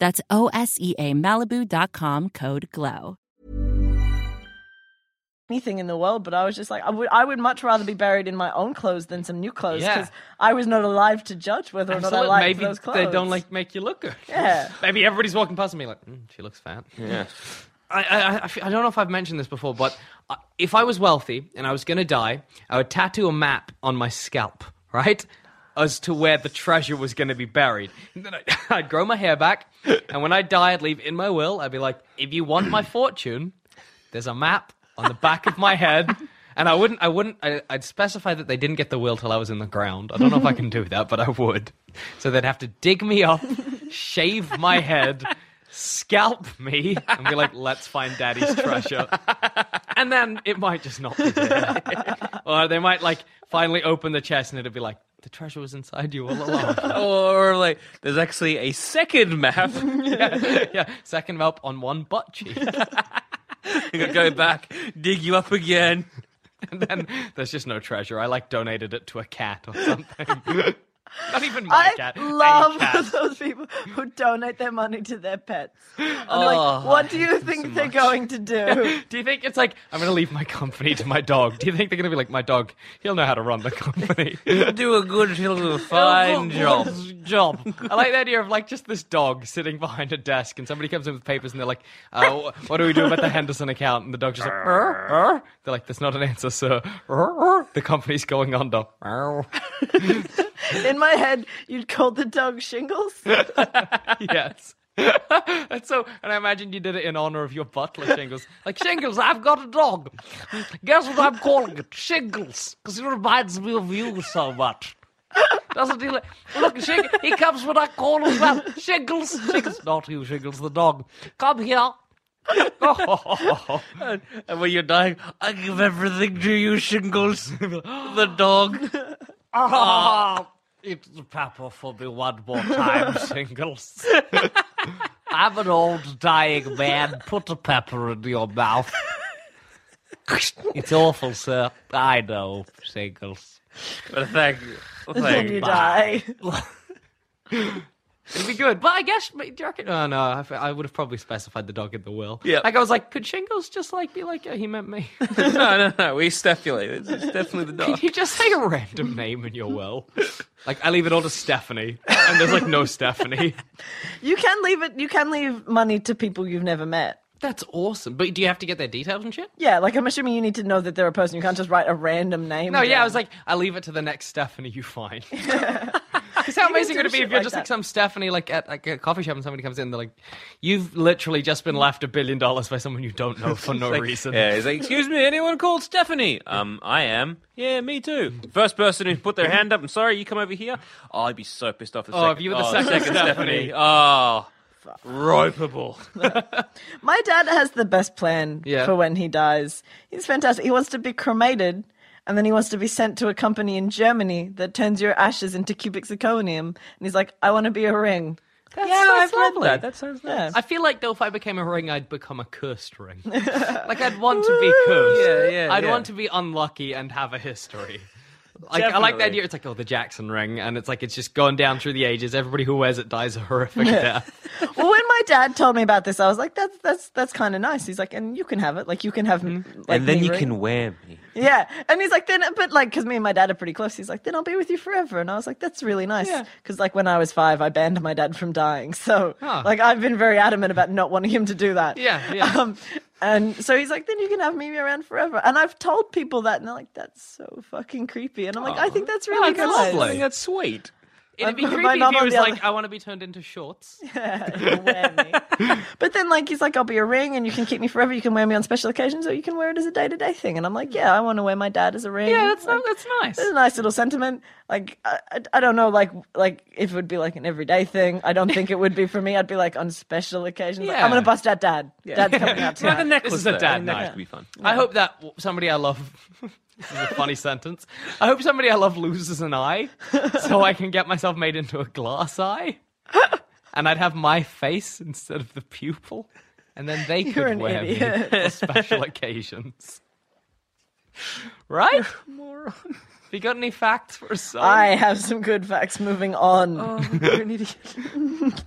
[SPEAKER 6] That's O S E A Malibu.com code GLOW.
[SPEAKER 4] anything in the world, but I was just like, I would, I would much rather be buried in my own clothes than some new clothes
[SPEAKER 3] Yeah.
[SPEAKER 4] because I was not alive to judge whether or not I
[SPEAKER 3] Absolutely.
[SPEAKER 4] liked
[SPEAKER 3] maybe
[SPEAKER 4] those clothes.
[SPEAKER 3] they don't like make you look good.
[SPEAKER 4] Yeah.
[SPEAKER 3] maybe everybody's walking past me like, "Mm, she looks fat. Yeah. I, I, I, fe- I don't know if I've mentioned this before, but uh, if I was wealthy and I was going to die, I would tattoo a map on my scalp, right? As to where the treasure was going to be buried. And then I'd, I'd grow my hair back, and when I die, I'd leave in my will. I'd be like, if you want my fortune, there's a map on the back of my head. And I wouldn't, I wouldn't, I, I'd specify that they didn't get the will till I was in the ground. I don't know if I can do that, but I would. So they'd have to dig me up, shave my head, scalp me, and be like, let's find daddy's treasure. And then it might just not be there. or they might like finally open the chest and it'd be like, the treasure was inside you all along.
[SPEAKER 2] Or like, there's actually a second map. you
[SPEAKER 3] yeah, second mouth on one butt cheek.
[SPEAKER 2] gotta go back, dig you up again.
[SPEAKER 3] and then there's just no treasure. I like donated it to a cat or something. Not even my
[SPEAKER 4] I
[SPEAKER 3] cat. a
[SPEAKER 4] love
[SPEAKER 3] cat.
[SPEAKER 4] those people who donate their money to their pets. I'm
[SPEAKER 3] Oh,
[SPEAKER 4] like, what do you think they're going to do?
[SPEAKER 3] Do you think it's like I'm going to leave my company to my dog? Do you think they're going to be like my dog? He'll know how to run the company.
[SPEAKER 2] Do a good little
[SPEAKER 4] Oh,
[SPEAKER 2] fine job.
[SPEAKER 3] job. I like the idea of like just this dog sitting behind a desk, and somebody comes in with papers, and they're like, uh, wh- "What do we do about the Henderson account?" And the dog's just like, "Rrr, rrr." "They're like, that's not an answer, sir. Rrr, rrr. The company's going under." Rrr.
[SPEAKER 4] in my head, you'd call the dog shingles.
[SPEAKER 3] yes. and so, and I imagine you did it in honor of your butler, Shingles. Like, Shingles, I've got a dog. Guess what I'm calling it? Shingles. Because he reminds me of you so much. Doesn't he? Like, look, Shing- he comes when I call as well. Shingles. Shingles. Not you, Shingles, the dog. Come here.
[SPEAKER 2] And when you're dying, I give everything to you, Shingles. the dog.
[SPEAKER 3] Ah, it's Papa for me one more time, Shingles. I'm an old dying man. Put a pepper in your mouth.
[SPEAKER 2] It's awful, sir. I know, singles. But thank you.
[SPEAKER 4] Then you die.
[SPEAKER 3] It'd be good. But I guess, do you reckon? Oh, no, I, I would have probably specified the dog in the will.
[SPEAKER 2] Yeah.
[SPEAKER 3] Like, I was like, could Shingles just, like, be like, yeah, he meant me?
[SPEAKER 2] no, no, no. We stipulated. It's definitely the dog.
[SPEAKER 3] Could you just say a random name in your will? Like, I leave it all to Stephanie. And there's, like, no Stephanie.
[SPEAKER 4] You can leave it. You can leave money to people you've never met.
[SPEAKER 3] That's awesome. But do you have to get their details and shit?
[SPEAKER 4] Yeah, like I'm assuming you need to know that they're a person. You can't just write a random name.
[SPEAKER 3] No, yeah, I
[SPEAKER 4] down.
[SPEAKER 3] was like, I leave it to the next Stephanie you find. Because how amazing
[SPEAKER 4] do
[SPEAKER 3] would it be
[SPEAKER 4] shit
[SPEAKER 3] if you're
[SPEAKER 4] like
[SPEAKER 3] just like
[SPEAKER 4] that.
[SPEAKER 3] some Stephanie, like at like a coffee shop, and somebody comes in, they're like, "You've literally just been left a billion dollars by someone you don't know for no
[SPEAKER 2] Like,
[SPEAKER 3] reason."
[SPEAKER 2] Yeah, he's like, excuse me, anyone called Stephanie? Um, I am. Yeah, me too. First person who put their hand up, I'm sorry, you come over here. Oh, I'd be so pissed off. The
[SPEAKER 3] Oh,
[SPEAKER 2] second,
[SPEAKER 3] if you were the second Stephanie.
[SPEAKER 2] Oh, ropeable.
[SPEAKER 4] My dad has the best plan
[SPEAKER 3] Yeah.
[SPEAKER 4] for when he dies. He's fantastic. He wants to be cremated and then he wants to be sent to a company in Germany that turns your ashes into cubic zirconium. And he's like, I want to be a ring.
[SPEAKER 3] That's,
[SPEAKER 4] Yeah,
[SPEAKER 3] that's
[SPEAKER 4] I've read
[SPEAKER 3] lovely.
[SPEAKER 4] that.
[SPEAKER 3] That sounds
[SPEAKER 4] nice.
[SPEAKER 3] I feel like though, if I became a ring, I'd become a cursed ring. like I'd want to be cursed.
[SPEAKER 2] Yeah, yeah,
[SPEAKER 3] I'd
[SPEAKER 2] yeah.
[SPEAKER 3] want to be unlucky and have a history. Like I like the
[SPEAKER 2] Definitely.
[SPEAKER 3] idea. It's like oh, the Jackson ring, and it's like it's just gone down through the ages. Everybody who wears it dies a horrific death.
[SPEAKER 4] well, when my dad told me about this, I was like, that's that's that's kind of nice. He's like, and you can have it. Like, you can have.
[SPEAKER 3] Mm-hmm.
[SPEAKER 4] Like,
[SPEAKER 2] and then
[SPEAKER 4] me
[SPEAKER 2] you
[SPEAKER 4] ring.
[SPEAKER 2] can wear me.
[SPEAKER 4] Yeah. And he's like, then, but like, because me and my dad are pretty close. He's like, then I'll be with you forever. And I was like, that's really nice. Because like when I was five, I banned my dad from dying. So like I've been very adamant about not wanting him to do that.
[SPEAKER 3] Yeah, yeah.
[SPEAKER 4] Um, and so he's like, then you can have me around forever. And I've told people that, and they're like, that's so fucking creepy. And I'm like, I think that's really
[SPEAKER 3] that's
[SPEAKER 4] nice.
[SPEAKER 3] lovely.
[SPEAKER 2] I think that's sweet.
[SPEAKER 3] It'd be
[SPEAKER 4] My- my
[SPEAKER 3] creepy if
[SPEAKER 4] mum
[SPEAKER 3] he
[SPEAKER 4] on
[SPEAKER 3] was
[SPEAKER 4] the other-
[SPEAKER 3] like, "I want to be turned into shorts."
[SPEAKER 4] Whammy. but then like he's like, I'll be a ring, and you can keep me forever. You can wear me on special occasions, or you can wear it as a day to day thing. And I'm like, yeah, I want to wear my dad as a ring.
[SPEAKER 3] Hmm. Yeah, that's
[SPEAKER 4] like,
[SPEAKER 3] that's nice.
[SPEAKER 4] It's a nice little sentiment. Like I, I, I don't know, like like if it would be like an everyday thing. I don't think it would be for me. I'd be like on special occasions. like,
[SPEAKER 3] Yeah.
[SPEAKER 4] I'm gonna bust out dad. Dad's coming out
[SPEAKER 2] Yeah,
[SPEAKER 4] tonight.
[SPEAKER 2] the necklace
[SPEAKER 3] This is a
[SPEAKER 2] though.
[SPEAKER 3] dad
[SPEAKER 2] The necklace
[SPEAKER 3] night.
[SPEAKER 2] would be fun.
[SPEAKER 3] I hope that w- somebody I love. this is a funny sentence. I hope somebody I love loses an eye, so I can get myself made into a glass eye, and I'd have my face instead of the pupil, and then they
[SPEAKER 4] You're
[SPEAKER 3] could
[SPEAKER 4] an
[SPEAKER 3] wear
[SPEAKER 4] idiot.
[SPEAKER 3] me for special occasions. Right? Moron. Have you got any facts for us? Simon?
[SPEAKER 4] I have some good facts. Moving on.
[SPEAKER 3] You're an idiot.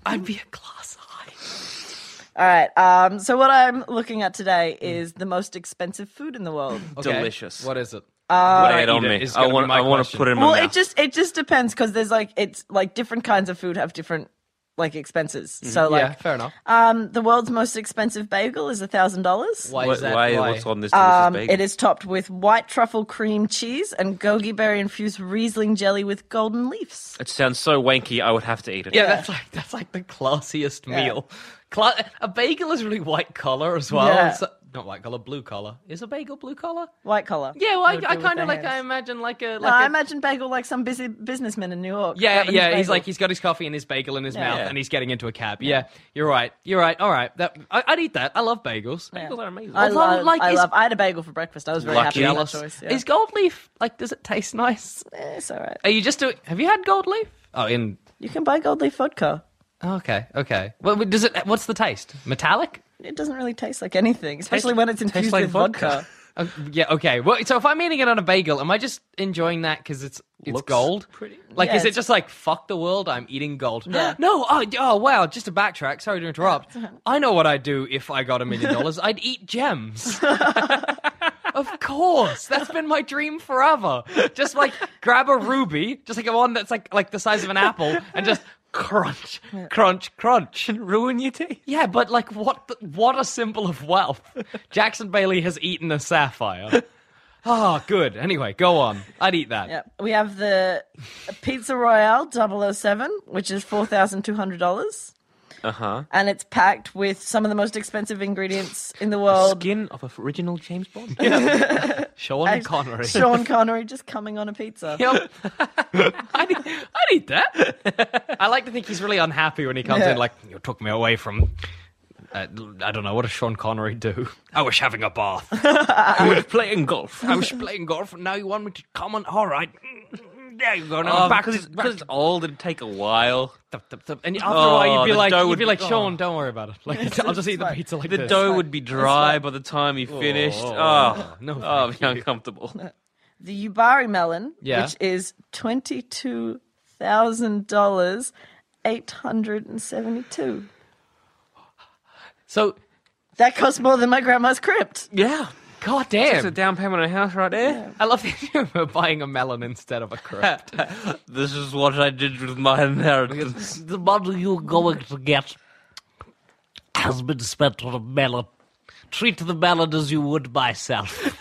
[SPEAKER 3] I'd be a glass eye.
[SPEAKER 4] All right. Um. So what I'm looking at today is the most expensive food in the world.
[SPEAKER 3] Okay,
[SPEAKER 2] Delicious.
[SPEAKER 3] What is it?
[SPEAKER 2] Uh,
[SPEAKER 3] I
[SPEAKER 2] Lay it on
[SPEAKER 3] eat it
[SPEAKER 2] me.
[SPEAKER 3] is
[SPEAKER 2] I
[SPEAKER 3] gonna be
[SPEAKER 2] want.
[SPEAKER 3] my
[SPEAKER 2] I want to
[SPEAKER 3] question.
[SPEAKER 2] put it in my
[SPEAKER 4] well,
[SPEAKER 2] mouth.
[SPEAKER 4] it just it just depends because there's like it's like different kinds of food have different like expenses. So
[SPEAKER 3] yeah,
[SPEAKER 4] like
[SPEAKER 3] fair enough.
[SPEAKER 4] um, the world's most expensive bagel is a thousand dollars.
[SPEAKER 3] Why
[SPEAKER 2] Why-
[SPEAKER 3] is that?
[SPEAKER 2] why-
[SPEAKER 3] Why?
[SPEAKER 2] What's on this delicious
[SPEAKER 4] Um,
[SPEAKER 2] bagel?
[SPEAKER 4] it is topped with white truffle cream cheese and gogi berry infused Riesling jelly with golden leaves.
[SPEAKER 2] It sounds so wanky. I would have to eat it.
[SPEAKER 3] Yeah, that's like that's like the classiest meal. Cla- a bagel is really white collar as well.
[SPEAKER 4] Yeah.
[SPEAKER 3] So- not white collar, blue collar. Is a bagel blue collar?
[SPEAKER 4] White collar.
[SPEAKER 3] Yeah, well, I,
[SPEAKER 4] Would do
[SPEAKER 3] I
[SPEAKER 4] with
[SPEAKER 3] kind
[SPEAKER 4] their
[SPEAKER 3] of like I
[SPEAKER 4] hands.
[SPEAKER 3] imagine like a like
[SPEAKER 4] No, I
[SPEAKER 3] a-
[SPEAKER 4] imagine bagel like some busy businessman in New York.
[SPEAKER 3] yeah,
[SPEAKER 4] grabbing his
[SPEAKER 3] yeah. He's
[SPEAKER 4] bagel.
[SPEAKER 3] like he's got his coffee and his bagel in his mouth,
[SPEAKER 2] Yeah.
[SPEAKER 3] and he's getting into a cab. Yeah. you're right. You're right. All right. That I, I'd eat that. I love bagels.
[SPEAKER 4] Yeah.
[SPEAKER 3] Bagels are amazing.
[SPEAKER 4] I love.
[SPEAKER 3] like,
[SPEAKER 4] I
[SPEAKER 3] is-
[SPEAKER 4] love. I had a bagel for breakfast. I was very
[SPEAKER 2] Lucky.
[SPEAKER 4] happy with that
[SPEAKER 3] jealous.
[SPEAKER 4] choice. Yeah.
[SPEAKER 3] Is gold leaf like? Does it taste nice?
[SPEAKER 4] Eh, it's all right.
[SPEAKER 3] Are you just doing? Have you had gold leaf? Oh, in
[SPEAKER 4] You can buy gold leaf vodka.
[SPEAKER 3] okay, okay. Well, does it? What's the taste? Metallic?
[SPEAKER 4] It doesn't really taste like anything, especially when it's infused
[SPEAKER 3] like
[SPEAKER 4] with vodka.
[SPEAKER 3] Oh, yeah. Okay. Well, so if I'm eating it on a bagel, am I just enjoying that because it's it's
[SPEAKER 2] Looks
[SPEAKER 3] gold? Pretty. Like,
[SPEAKER 4] Yeah,
[SPEAKER 3] is it
[SPEAKER 4] it's-
[SPEAKER 3] just like fuck the world? I'm eating gold. no. Oh, d- oh. Wow. Just to backtrack. Sorry to interrupt. I know what I'd do if I got a million dollars. I'd eat gems. Of course, that's been my dream forever. Just like grab a ruby, just like a one that's like like the size of an apple, and just crunch, crunch, crunch.
[SPEAKER 2] ruin your teeth.
[SPEAKER 3] Yeah, but like, what? The, what a symbol of wealth! Jackson Bailey has eaten a sapphire. Ah, good. Anyway, go on. I'd eat that.
[SPEAKER 4] Yep. We have the Pizza Royale 007, which is $4,200. Uh
[SPEAKER 3] Uh-huh.
[SPEAKER 4] huh. And it's packed with some of the most expensive ingredients in the world.
[SPEAKER 2] Skin of an original James Bond.
[SPEAKER 3] Sean Connery.
[SPEAKER 4] Sean Connery just coming on a pizza.
[SPEAKER 3] Yep. I'd, eat- I'd eat that. I like to think he's really unhappy when he comes
[SPEAKER 4] Yeah.
[SPEAKER 3] in, like, you took me away from. Uh, I don't know. What does Sean Connery do? I was having a bath.
[SPEAKER 2] I was playing golf.
[SPEAKER 3] I was playing golf, and now you want me to comment? All right.
[SPEAKER 2] now you've got
[SPEAKER 3] Oh, back
[SPEAKER 2] because it's,
[SPEAKER 3] to- back
[SPEAKER 2] Um, 'cause it's old. It'd take a while.
[SPEAKER 3] Thup, thup, thup. And after a
[SPEAKER 2] Oh,
[SPEAKER 3] while, you'd be
[SPEAKER 2] the
[SPEAKER 3] like,
[SPEAKER 2] dough
[SPEAKER 3] you'd
[SPEAKER 2] would
[SPEAKER 3] be
[SPEAKER 2] be-
[SPEAKER 3] like,
[SPEAKER 2] oh.
[SPEAKER 3] Sean, don't worry about it. Like, I'll just eat the
[SPEAKER 4] fine.
[SPEAKER 3] pizza like
[SPEAKER 2] The
[SPEAKER 3] this.
[SPEAKER 2] dough would be dry by the time you finished.
[SPEAKER 3] oh,
[SPEAKER 2] Oh,
[SPEAKER 3] no,
[SPEAKER 2] no! Oh,
[SPEAKER 3] thank
[SPEAKER 2] be uncomfortable.
[SPEAKER 4] The Ubari melon,
[SPEAKER 3] Yeah.
[SPEAKER 4] which is twenty two thousand dollars, eight hundred and seventy two.
[SPEAKER 3] So,
[SPEAKER 4] That costs more than my grandma's crypt.
[SPEAKER 2] Yeah,
[SPEAKER 3] god
[SPEAKER 2] it's a
[SPEAKER 3] damn.
[SPEAKER 2] down payment on a house right there.
[SPEAKER 3] I love the idea of buying a melon instead of a crab.
[SPEAKER 2] This is what I did with my inheritance.
[SPEAKER 7] The money you're going to get has been spent on a melon. Treat the melon as you would myself.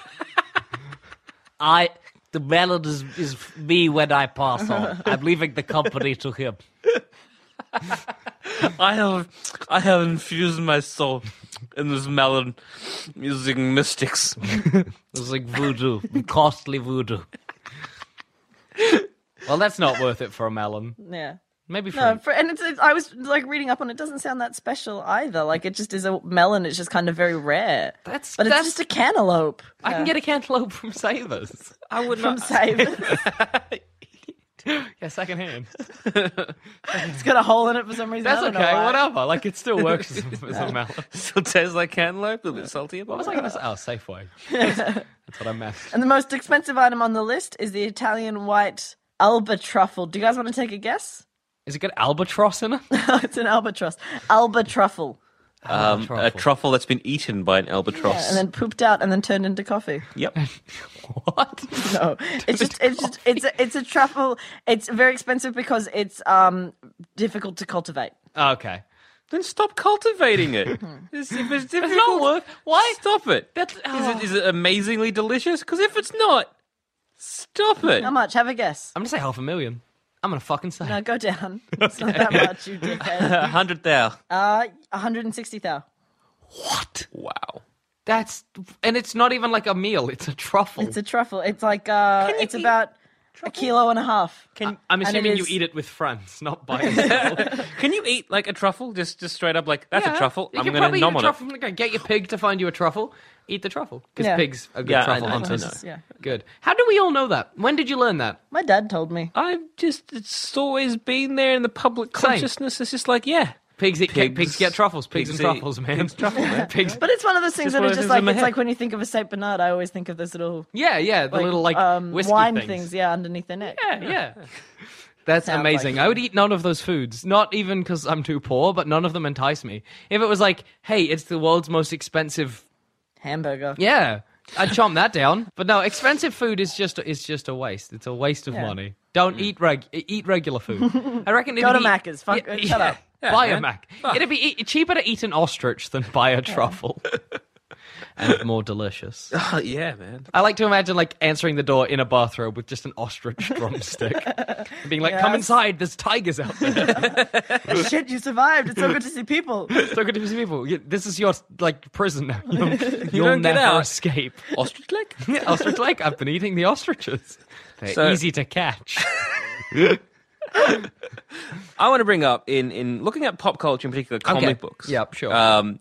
[SPEAKER 7] I, the melon is, is me when I pass on. I'm leaving the company to him.
[SPEAKER 2] I have, I have infused my soul in this melon using mystics.
[SPEAKER 7] It's like voodoo, costly voodoo.
[SPEAKER 3] well, that's not worth it for a melon.
[SPEAKER 4] Yeah.
[SPEAKER 3] Maybe for
[SPEAKER 4] No, for, and it's, it's- I was like reading up on it. it. Doesn't sound that special either. Like it just is a melon. It's just kind of very rare.
[SPEAKER 3] That's-
[SPEAKER 4] but
[SPEAKER 3] that's-
[SPEAKER 4] it's just a cantaloupe.
[SPEAKER 3] I can get a cantaloupe from Savers.
[SPEAKER 4] I would from Savers.
[SPEAKER 3] Yeah, secondhand.
[SPEAKER 4] it's got a hole in it for some reason.
[SPEAKER 3] That's
[SPEAKER 4] I don't
[SPEAKER 3] okay,
[SPEAKER 4] Know why.
[SPEAKER 3] whatever. Like, it still works as a, as a melon.
[SPEAKER 2] Still tastes like cantaloupe, a little bit salty.
[SPEAKER 3] What was I going to say? Oh, Safeway. That's what I meant.
[SPEAKER 4] And the most expensive item on the list is the Italian white alba truffle. Do you guys want to take a guess?
[SPEAKER 3] Is it got albatross in it?
[SPEAKER 4] it's an albatross. Alba truffle.
[SPEAKER 2] Um, A
[SPEAKER 3] Truffle.
[SPEAKER 2] truffle that's been eaten by an albatross.
[SPEAKER 4] And then pooped out and then turned into coffee.
[SPEAKER 2] yep.
[SPEAKER 3] What?
[SPEAKER 4] No, it's just it's just it's a, it's a truffle. It's very expensive because it's um difficult to cultivate.
[SPEAKER 3] Oh, Okay.
[SPEAKER 2] Then stop cultivating it. it's, if it's, difficult,
[SPEAKER 3] not worth- why- ah.
[SPEAKER 2] Stop it.
[SPEAKER 3] That's-
[SPEAKER 2] Is it is it amazingly delicious? Because if it's not, stop it.
[SPEAKER 4] How much? Have a guess.
[SPEAKER 3] I'm going to say half a million. I'm going to fucking say.
[SPEAKER 4] No, go down. It's not that much, you dickhead.
[SPEAKER 2] A hundred thou.
[SPEAKER 4] Uh, 160 thou.
[SPEAKER 3] What?
[SPEAKER 2] Wow.
[SPEAKER 3] That's. And it's not even like a meal, it's a truffle.
[SPEAKER 4] It's a truffle. It's like uh, it's about a kilo and a half. Uh,
[SPEAKER 3] I- I'm
[SPEAKER 4] and it
[SPEAKER 3] assuming
[SPEAKER 4] is-
[SPEAKER 3] you eat it with friends, not by yourself.
[SPEAKER 2] Can you eat like a truffle? Just just straight up like that's a
[SPEAKER 3] Yeah.
[SPEAKER 2] truffle.
[SPEAKER 3] You
[SPEAKER 2] I'm
[SPEAKER 3] can
[SPEAKER 2] gonna
[SPEAKER 3] probably eat
[SPEAKER 2] nom
[SPEAKER 3] a
[SPEAKER 2] on
[SPEAKER 3] truffle. Okay, Get your pig to find you a truffle. Eat the truffle because
[SPEAKER 4] Yeah.
[SPEAKER 3] pigs are good
[SPEAKER 2] Yeah, I
[SPEAKER 3] truffle
[SPEAKER 2] know, I
[SPEAKER 3] hunters.
[SPEAKER 2] know.
[SPEAKER 4] Yeah.
[SPEAKER 3] Good. How do we all know that? When did you learn that?
[SPEAKER 4] My dad told me.
[SPEAKER 2] it. I've just it's always been there in the public
[SPEAKER 3] Same.
[SPEAKER 2] consciousness. It's just like yeah.
[SPEAKER 3] Pigs eat pigs,
[SPEAKER 2] Pigs-
[SPEAKER 3] pigs get truffles. Pigs,
[SPEAKER 2] pigs
[SPEAKER 3] and
[SPEAKER 2] eat-
[SPEAKER 3] truffles, man.
[SPEAKER 2] pigs truffle, man.
[SPEAKER 3] pigs.
[SPEAKER 4] But it's one of those things
[SPEAKER 2] Just
[SPEAKER 4] that
[SPEAKER 2] one
[SPEAKER 4] it's
[SPEAKER 2] of
[SPEAKER 4] just
[SPEAKER 2] those in
[SPEAKER 4] like
[SPEAKER 2] my
[SPEAKER 4] it's
[SPEAKER 2] head.
[SPEAKER 4] like when you think of a Saint Bernard, I always think of those little
[SPEAKER 3] Yeah, yeah. The little like
[SPEAKER 4] um,
[SPEAKER 3] whiskey
[SPEAKER 4] wine
[SPEAKER 3] things.
[SPEAKER 4] yeah, underneath their neck.
[SPEAKER 3] Yeah, yeah. That's
[SPEAKER 4] Sounds
[SPEAKER 3] amazing.
[SPEAKER 4] like
[SPEAKER 3] I would eat none of those foods. Not even because I'm too poor, but none of them entice me. If it was like, hey, it's the world's most expensive.
[SPEAKER 4] Hamburger.
[SPEAKER 3] Yeah, I'd chomp that down. But no, expensive food is just is just a waste. It's a waste of money. Don't eat reg eat regular food. I reckon.
[SPEAKER 4] Go
[SPEAKER 3] it'd be-
[SPEAKER 4] to Macca's. Fuck- shut up.
[SPEAKER 3] buy a Mac. It'd be e- cheaper to eat an ostrich than buy a truffle, and more delicious.
[SPEAKER 2] Oh yeah, man.
[SPEAKER 3] I like to imagine like answering the door in a bathrobe with just an ostrich drumstick, and being like, "Come
[SPEAKER 4] Yes.
[SPEAKER 3] inside. There's tigers out there.
[SPEAKER 4] Oh, Shit, you survived. It's so good to see people.
[SPEAKER 3] so good to see people. You- This is your like prison now. You'll, you'll
[SPEAKER 2] don't get
[SPEAKER 3] never
[SPEAKER 2] out."
[SPEAKER 3] escape."
[SPEAKER 2] Ostrich leg.
[SPEAKER 3] Ostrich like I've been eating the ostriches. They're
[SPEAKER 2] So-
[SPEAKER 3] easy to catch.
[SPEAKER 2] I want to bring up in in looking at pop culture in particular comic
[SPEAKER 3] Okay.
[SPEAKER 2] books.
[SPEAKER 3] Yep, sure.
[SPEAKER 2] Um,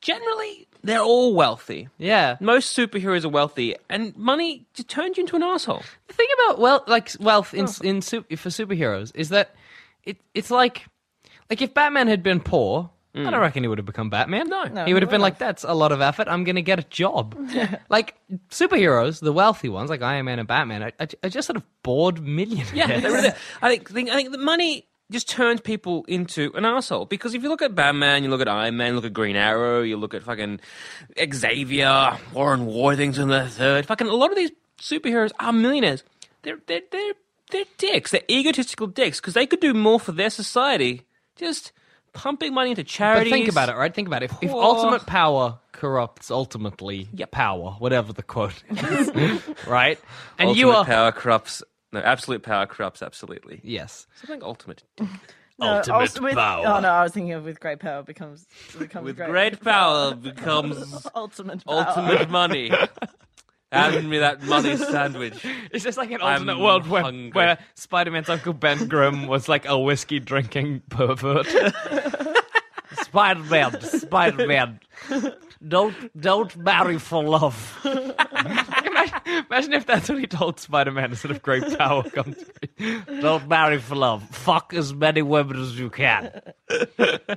[SPEAKER 2] generally, they're all wealthy.
[SPEAKER 3] yeah.
[SPEAKER 2] Most superheroes are wealthy, and money just turns you into an asshole.
[SPEAKER 3] The thing about wealth, like wealth in in su- for superheroes, is that it it's like like if Batman had been poor. I don't reckon he would have become Batman. Hmm. No, he would have been like, "That's a lot of effort. I'm going to get a job." like superheroes, the wealthy ones, like Iron Man and Batman, are, are are just sort of bored millionaires.
[SPEAKER 2] Yeah, they really- I think, think I think the money just turns people into an asshole because if you look at Batman, you look at Iron Man, you look at Green Arrow, you look at fucking Xavier, Warren Worthing's in the third. Fucking a lot of these superheroes are millionaires. They're they're they're they're dicks. They're egotistical dicks because they could do more for their society just pumping money into
[SPEAKER 3] But
[SPEAKER 2] charities.
[SPEAKER 3] think about it, right? Think about it. If, if
[SPEAKER 2] Poor-
[SPEAKER 3] ultimate power corrupts ultimately
[SPEAKER 2] Yep.
[SPEAKER 3] power, whatever the quote is, right? And
[SPEAKER 2] Ultimate
[SPEAKER 3] you are
[SPEAKER 2] power corrupts. No, absolute power corrupts absolutely.
[SPEAKER 3] yes.
[SPEAKER 2] Something ultimate.
[SPEAKER 4] No,
[SPEAKER 7] Ultimate
[SPEAKER 4] also with-
[SPEAKER 7] power.
[SPEAKER 4] Oh no, I was thinking of with great power becomes becomes
[SPEAKER 2] With
[SPEAKER 4] great,
[SPEAKER 2] great power becomes
[SPEAKER 4] ultimate power.
[SPEAKER 2] ultimate money. Hand me that money sandwich.
[SPEAKER 3] It's just like an
[SPEAKER 2] I'm
[SPEAKER 3] alternate world where,
[SPEAKER 2] hungry.
[SPEAKER 3] where Spider Man's Uncle Ben Grimm was like a whiskey drinking pervert.
[SPEAKER 7] Spider Man, Spider Man, don't don't marry for love.
[SPEAKER 3] Imagine if that's what he told Spider Man instead of great power comes. great-"
[SPEAKER 7] Don't marry for love. Fuck as many women as you can.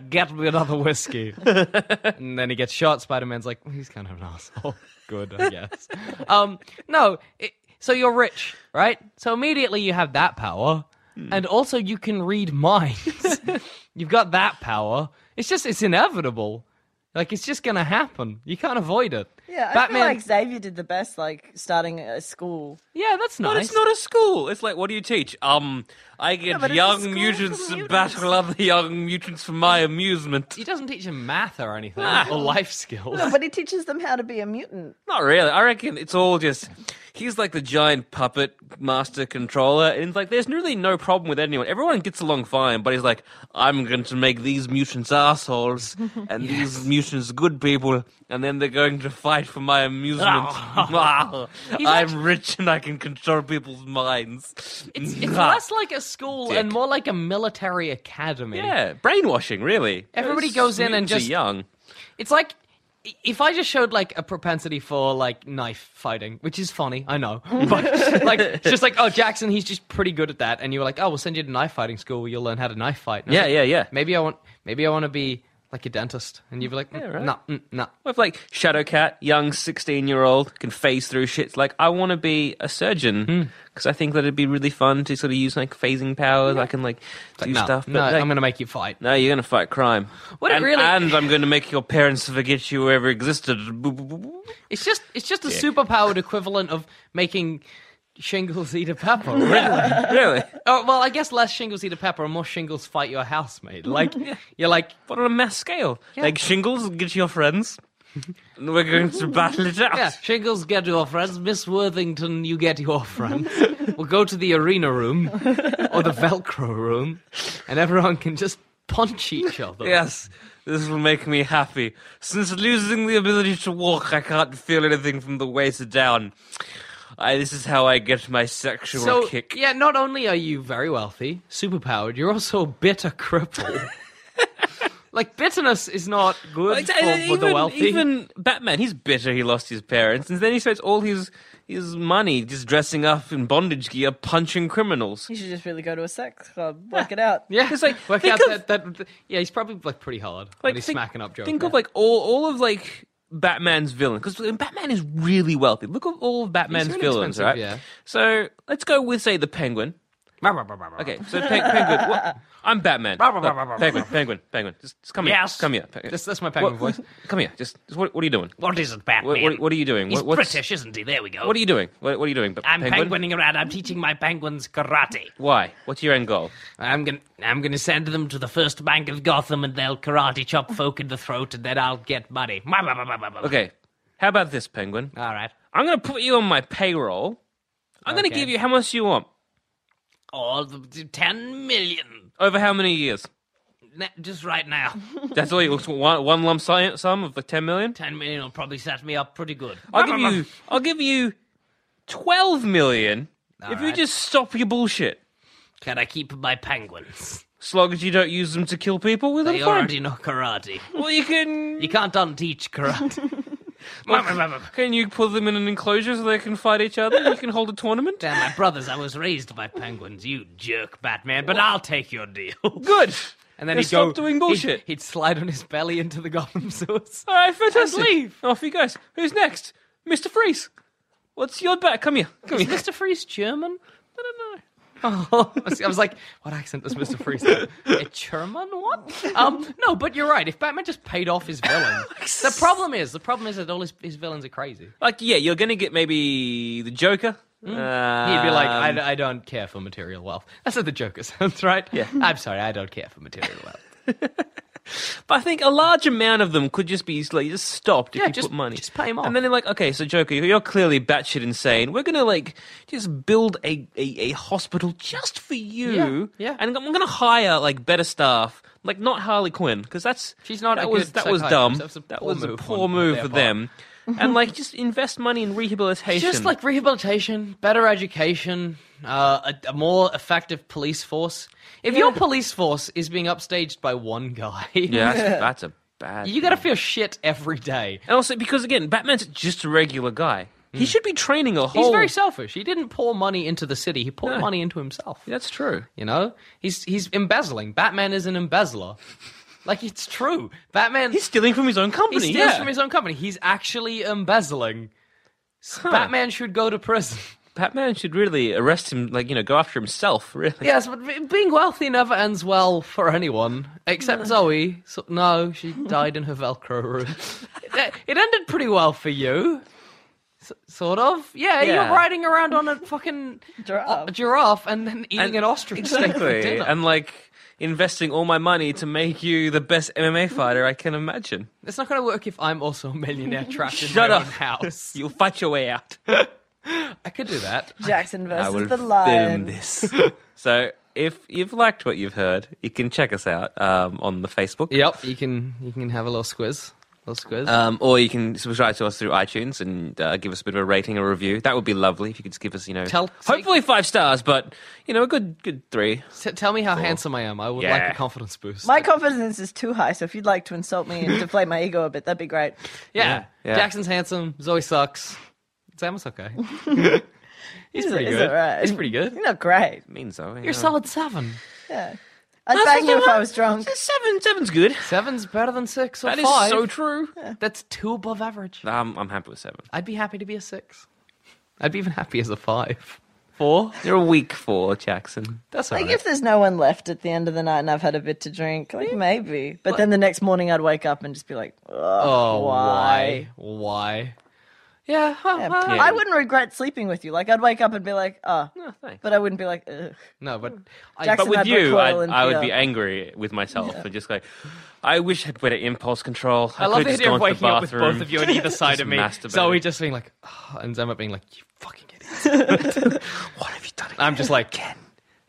[SPEAKER 3] Get me another whiskey. and then he gets shot. Spider Man's like, he's kind of an asshole. Good, I guess. um, no, it, so you're rich, right? So immediately you have that power. And also you can read minds. You've got that power. It's just, it's inevitable. Like, it's just going to happen. You can't avoid it.
[SPEAKER 4] Yeah, I feel like Xavier did the best, like starting a school.
[SPEAKER 3] yeah, that's nice.
[SPEAKER 2] But it's not a school. It's like, what do you teach? Um, I get
[SPEAKER 4] but it's a school
[SPEAKER 2] young
[SPEAKER 4] for
[SPEAKER 2] mutants to
[SPEAKER 4] mutants.
[SPEAKER 2] battle other young mutants for my amusement.
[SPEAKER 3] He doesn't teach him math or anything or life skills.
[SPEAKER 4] No, but he teaches them how to be a mutant.
[SPEAKER 2] Not really. I reckon it's all just. He's like the giant puppet master controller, and it's like there's really no problem with anyone. Everyone gets along fine, but he's like, I'm going to make these mutants assholes and these mutants good people, and then they're going to fight for my amusement. Ah, I'm rich and I can control people's minds. Ah,
[SPEAKER 3] It's, it's less like a school and more like a military academy.
[SPEAKER 2] yeah, brainwashing, really.
[SPEAKER 3] Everybody goes in and
[SPEAKER 2] Mutants are
[SPEAKER 3] just-
[SPEAKER 2] young.
[SPEAKER 3] It's like i- if I just showed like a propensity for like knife fighting, which is funny, I know. But like it's just like, oh Jackson, he's just pretty good at that and you were like, Oh, we'll send you to knife fighting school where you'll learn how to knife fight. And I was
[SPEAKER 2] Yeah,
[SPEAKER 3] like,
[SPEAKER 2] yeah, yeah.
[SPEAKER 3] Maybe I want maybe I want to be like a dentist and you'd be like, mm,
[SPEAKER 2] right.
[SPEAKER 3] no, mm, no.
[SPEAKER 2] What if like Shadowcat, young sixteen-year-old, can phase through shit? It's like I want to be a
[SPEAKER 3] Hmm.
[SPEAKER 2] surgeon because I think that it'd be really fun to sort of use like phasing powers. I can like do
[SPEAKER 3] no,
[SPEAKER 2] stuff.
[SPEAKER 3] no,
[SPEAKER 2] like,
[SPEAKER 3] I'm gonna make you fight.
[SPEAKER 2] no, you're gonna fight crime.
[SPEAKER 3] What it
[SPEAKER 2] and,
[SPEAKER 3] really-
[SPEAKER 2] and I'm gonna make your parents forget you ever existed. Boop, boop, boop, boop.
[SPEAKER 3] It's just it's just a superpowered equivalent of making shingles eat a pepper. Really?
[SPEAKER 2] really?
[SPEAKER 3] Oh well, I guess less shingles eat a pepper and more shingles fight your housemate. Like you're like
[SPEAKER 2] But on a mass scale, like shingles, get your friends. and we're going to battle it out.
[SPEAKER 3] yeah, shingles get your friends. Miss Worthington, you get your friends. we'll go to the arena room or the Velcro room, and everyone can just punch each other.
[SPEAKER 2] Yes, this will make me happy. Since losing the ability to walk, I can't feel anything from the waist down. I, this is how I get my sexual
[SPEAKER 3] So
[SPEAKER 2] kick.
[SPEAKER 3] yeah, not only are you very wealthy, superpowered, you're also a bitter cripple. like bitterness is not good
[SPEAKER 2] Like,
[SPEAKER 3] for, for
[SPEAKER 2] uh, even,
[SPEAKER 3] the wealthy.
[SPEAKER 2] even Batman, he's bitter he lost his parents, and then he spends all his his money just dressing up in bondage gear, punching criminals.
[SPEAKER 4] He should just really go to a sex club, work it out.
[SPEAKER 3] yeah,
[SPEAKER 2] It's like,
[SPEAKER 3] work
[SPEAKER 2] think
[SPEAKER 3] out
[SPEAKER 2] of-
[SPEAKER 3] that, that. Yeah, he's probably like pretty hard when he's
[SPEAKER 2] think-
[SPEAKER 3] smacking up jokes.
[SPEAKER 2] Think of like all all of like Batman's villain because Batman is really wealthy. Look at all of Batman's
[SPEAKER 3] really
[SPEAKER 2] villains,
[SPEAKER 3] expensive,
[SPEAKER 2] right?
[SPEAKER 3] yeah.
[SPEAKER 2] So let's go with say the Penguin. Okay, so pe- Penguin, what? I'm Batman. Look, penguin, Penguin, Penguin. Just, just come
[SPEAKER 7] Yes.
[SPEAKER 2] here. Come here. Penguin.
[SPEAKER 3] That's- that's my Penguin
[SPEAKER 2] What-
[SPEAKER 3] voice.
[SPEAKER 2] Come here. Just, just what, what are you doing?
[SPEAKER 7] What is it,
[SPEAKER 2] What,
[SPEAKER 7] Batman?
[SPEAKER 2] what, what are you doing?
[SPEAKER 7] He's
[SPEAKER 2] what, what's-
[SPEAKER 7] British, isn't he? There we go.
[SPEAKER 2] What are you doing? What, what are you doing?
[SPEAKER 7] I'm penguining around. I'm teaching my penguins karate.
[SPEAKER 2] Why? What's your end goal?
[SPEAKER 7] I'm gonna, I'm gonna send them to the first bank of Gotham, and they'll karate chop folk in the throat, and then I'll get money.
[SPEAKER 2] Okay, how about this, Penguin?
[SPEAKER 7] All right.
[SPEAKER 2] I'm gonna put you on my payroll. I'm gonna
[SPEAKER 7] Okay.
[SPEAKER 2] give you how much you want
[SPEAKER 7] All the ten million.
[SPEAKER 2] over how many years?
[SPEAKER 7] Na- Just right now,
[SPEAKER 2] That's all you looks one, one lump si- sum of like ten million.
[SPEAKER 7] ten million will probably set me up pretty good.
[SPEAKER 2] I'll give you. I'll give you twelve million if you
[SPEAKER 7] Alright.
[SPEAKER 2] just stop your bullshit.
[SPEAKER 7] Can I keep my penguins?
[SPEAKER 2] As long as you don't use them to kill people, with
[SPEAKER 7] They
[SPEAKER 2] them, fine.
[SPEAKER 7] already know karate.
[SPEAKER 2] Well, you can.
[SPEAKER 7] You can't unteach karate.
[SPEAKER 2] Can you put them in an enclosure so they can fight each other? You can hold a tournament.
[SPEAKER 7] They're my brothers. I was raised by penguins. You jerk, Batman. But I'll take your deal.
[SPEAKER 2] Good.
[SPEAKER 3] and then
[SPEAKER 2] Now
[SPEAKER 3] he'd go
[SPEAKER 2] stop doing
[SPEAKER 3] he'd-
[SPEAKER 2] bullshit.
[SPEAKER 3] He'd, slide on his belly into the Gotham sewers.
[SPEAKER 2] All right, fantastic.
[SPEAKER 3] And leave.
[SPEAKER 2] Off you guys. Who's next? Mr. Freeze. What's your back? Come here. Come
[SPEAKER 3] Is
[SPEAKER 2] here.
[SPEAKER 3] Mr. Freeze German?
[SPEAKER 2] I don't know.
[SPEAKER 3] Oh, I was like, what accent does Mr. Freeze have? A German? What? Um, no, but you're right. If Batman just paid off his villain, the problem is the problem is that all his, his villains are crazy. Mm.
[SPEAKER 2] Like, yeah, you're gonna get maybe the Joker.
[SPEAKER 3] He'd be like,
[SPEAKER 2] Um,
[SPEAKER 3] I, I don't care for material wealth. That's what the Joker sounds, right? Yeah. I'm sorry, I don't care for material wealth.
[SPEAKER 2] But I think a large amount of them could just be like just stopped if
[SPEAKER 3] Yeah,
[SPEAKER 2] you
[SPEAKER 3] just-
[SPEAKER 2] put money.
[SPEAKER 3] just pay 'em off.
[SPEAKER 2] And then they're like, okay, so Joker, you're clearly batshit insane. We're gonna like just build a, a, a hospital just for you.
[SPEAKER 3] Yeah, yeah.
[SPEAKER 2] And I'm gonna hire like better staff. Like not Harley Quinn because that's
[SPEAKER 3] She's not
[SPEAKER 2] that
[SPEAKER 3] a
[SPEAKER 2] was
[SPEAKER 3] good
[SPEAKER 2] that was
[SPEAKER 3] psychiatrist.
[SPEAKER 2] dumb.
[SPEAKER 3] That was
[SPEAKER 2] that
[SPEAKER 3] a poor
[SPEAKER 2] was a
[SPEAKER 3] move
[SPEAKER 2] poor
[SPEAKER 3] on
[SPEAKER 2] move
[SPEAKER 3] their
[SPEAKER 2] for
[SPEAKER 3] part.
[SPEAKER 2] them. and like just invest money in rehabilitation.
[SPEAKER 3] Just like rehabilitation, better education, uh, a, a more effective police force. If your police force is being upstaged by one guy,
[SPEAKER 2] yeah, that's, that's a bad.
[SPEAKER 3] you got to feel shit every day.
[SPEAKER 2] And also because again, Batman's just a regular guy. He should be training a whole.
[SPEAKER 3] Hmm. He's very selfish. He didn't pour money into the city. He poured money into himself.
[SPEAKER 2] That's true.
[SPEAKER 3] You know, he's he's embezzling. Batman is an embezzler. like it's true. Batman
[SPEAKER 2] He's stealing from his own
[SPEAKER 3] he
[SPEAKER 2] company.
[SPEAKER 3] steals
[SPEAKER 2] yeah.
[SPEAKER 3] from his own company. He's actually embezzling. S- Batman should go to prison.
[SPEAKER 2] Batman should really arrest him, like you know, go after himself. Really.
[SPEAKER 3] yes, but be- being wealthy never ends well for anyone except Zoe. So, no, she died in her Velcro room. it, it ended pretty well for you. S- Sort of, yeah,
[SPEAKER 2] Yeah.
[SPEAKER 3] You're riding around on a fucking
[SPEAKER 4] Giraffe.
[SPEAKER 3] a giraffe and then eating an ostrich steak for
[SPEAKER 2] Exactly.
[SPEAKER 3] dinner.
[SPEAKER 2] and like investing all my money to make you the best MMA fighter I can imagine.
[SPEAKER 3] It's not going to work if I'm also a millionaire trapped in
[SPEAKER 2] Shut
[SPEAKER 3] my
[SPEAKER 2] up.
[SPEAKER 3] own house.
[SPEAKER 2] You'll fight your way out.
[SPEAKER 3] I could do that.
[SPEAKER 4] Jackson
[SPEAKER 2] I
[SPEAKER 4] versus
[SPEAKER 2] will
[SPEAKER 4] the
[SPEAKER 2] film
[SPEAKER 4] lion.
[SPEAKER 2] this. so if you've liked what you've heard, you can check us out um, on the Facebook.
[SPEAKER 3] Yep, you can you can have a little squiz, little squiz.
[SPEAKER 2] Um, or you can subscribe to us through iTunes and uh, give us a bit of a rating or review. That would be lovely if you could just give us, you know,
[SPEAKER 3] Tell-
[SPEAKER 2] hopefully five stars, but you know, a good good three.
[SPEAKER 3] T- tell me how handsome I am. I would
[SPEAKER 2] Yeah.
[SPEAKER 3] like a confidence boost.
[SPEAKER 4] My confidence is too high, so if you'd like to insult me and deflate my ego a bit, that'd be great.
[SPEAKER 3] yeah.
[SPEAKER 2] yeah.
[SPEAKER 3] Jackson's handsome. Zoe sucks. Samus okay. He's pretty
[SPEAKER 4] He's
[SPEAKER 3] good.
[SPEAKER 4] alright.
[SPEAKER 3] He's pretty good.
[SPEAKER 4] You're not great.
[SPEAKER 2] I mean so.
[SPEAKER 3] You're a solid seven.
[SPEAKER 4] Yeah. I'd bang you if I was drunk.
[SPEAKER 2] Seven, seven's good.
[SPEAKER 3] Seven's better than six or
[SPEAKER 2] That is
[SPEAKER 3] five.
[SPEAKER 2] so true.
[SPEAKER 3] That's two above average.
[SPEAKER 2] Um, I'm happy with seven.
[SPEAKER 3] I'd be happy to be a six. I'd be even happy as a five. Four?
[SPEAKER 2] You're a weak four, Jackson.
[SPEAKER 3] That's
[SPEAKER 4] Like
[SPEAKER 3] alright.
[SPEAKER 4] if there's no one left at the end of the night and I've had a bit to drink, like maybe. But then the next morning I'd wake up and just be like, Ugh,
[SPEAKER 3] oh,
[SPEAKER 4] why?
[SPEAKER 3] why? Why? Yeah. well,
[SPEAKER 4] Yeah.
[SPEAKER 3] well,
[SPEAKER 4] I wouldn't regret sleeping with you. Like I'd wake up and be like, oh,
[SPEAKER 2] No, thanks.
[SPEAKER 4] but I wouldn't be like, ugh.
[SPEAKER 3] No, but I,
[SPEAKER 4] Jackson,
[SPEAKER 2] but with
[SPEAKER 4] I'd
[SPEAKER 2] you,
[SPEAKER 4] recoil
[SPEAKER 2] I'd,
[SPEAKER 4] in
[SPEAKER 2] I would
[SPEAKER 4] fear.
[SPEAKER 2] be angry with myself and just like, I wish I had better impulse control. I,
[SPEAKER 3] I love
[SPEAKER 2] could've
[SPEAKER 3] the
[SPEAKER 2] just gone
[SPEAKER 3] idea of
[SPEAKER 2] to the
[SPEAKER 3] waking up with both
[SPEAKER 2] bathroom.
[SPEAKER 3] of you on either side of me.
[SPEAKER 2] masturbating.
[SPEAKER 3] Zoe just being like, "Ah," and Zema being like, you fucking idiot. what have you done? I'm just like, Ken.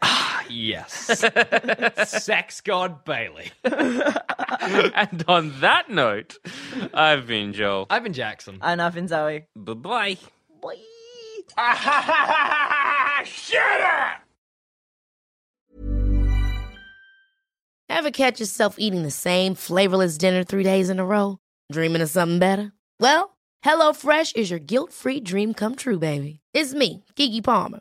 [SPEAKER 3] Ah, yes. Sex god Bailey.
[SPEAKER 2] and on that note, I've been Joel.
[SPEAKER 3] I've been Jackson.
[SPEAKER 4] I enough in Zoe.
[SPEAKER 2] Bye bye. Ah,
[SPEAKER 8] Ever catch yourself eating the same flavorless dinner three days in a row? Dreaming of something better? Well, HelloFresh is your guilt free dream come true, baby. It's me, Gigi Palmer.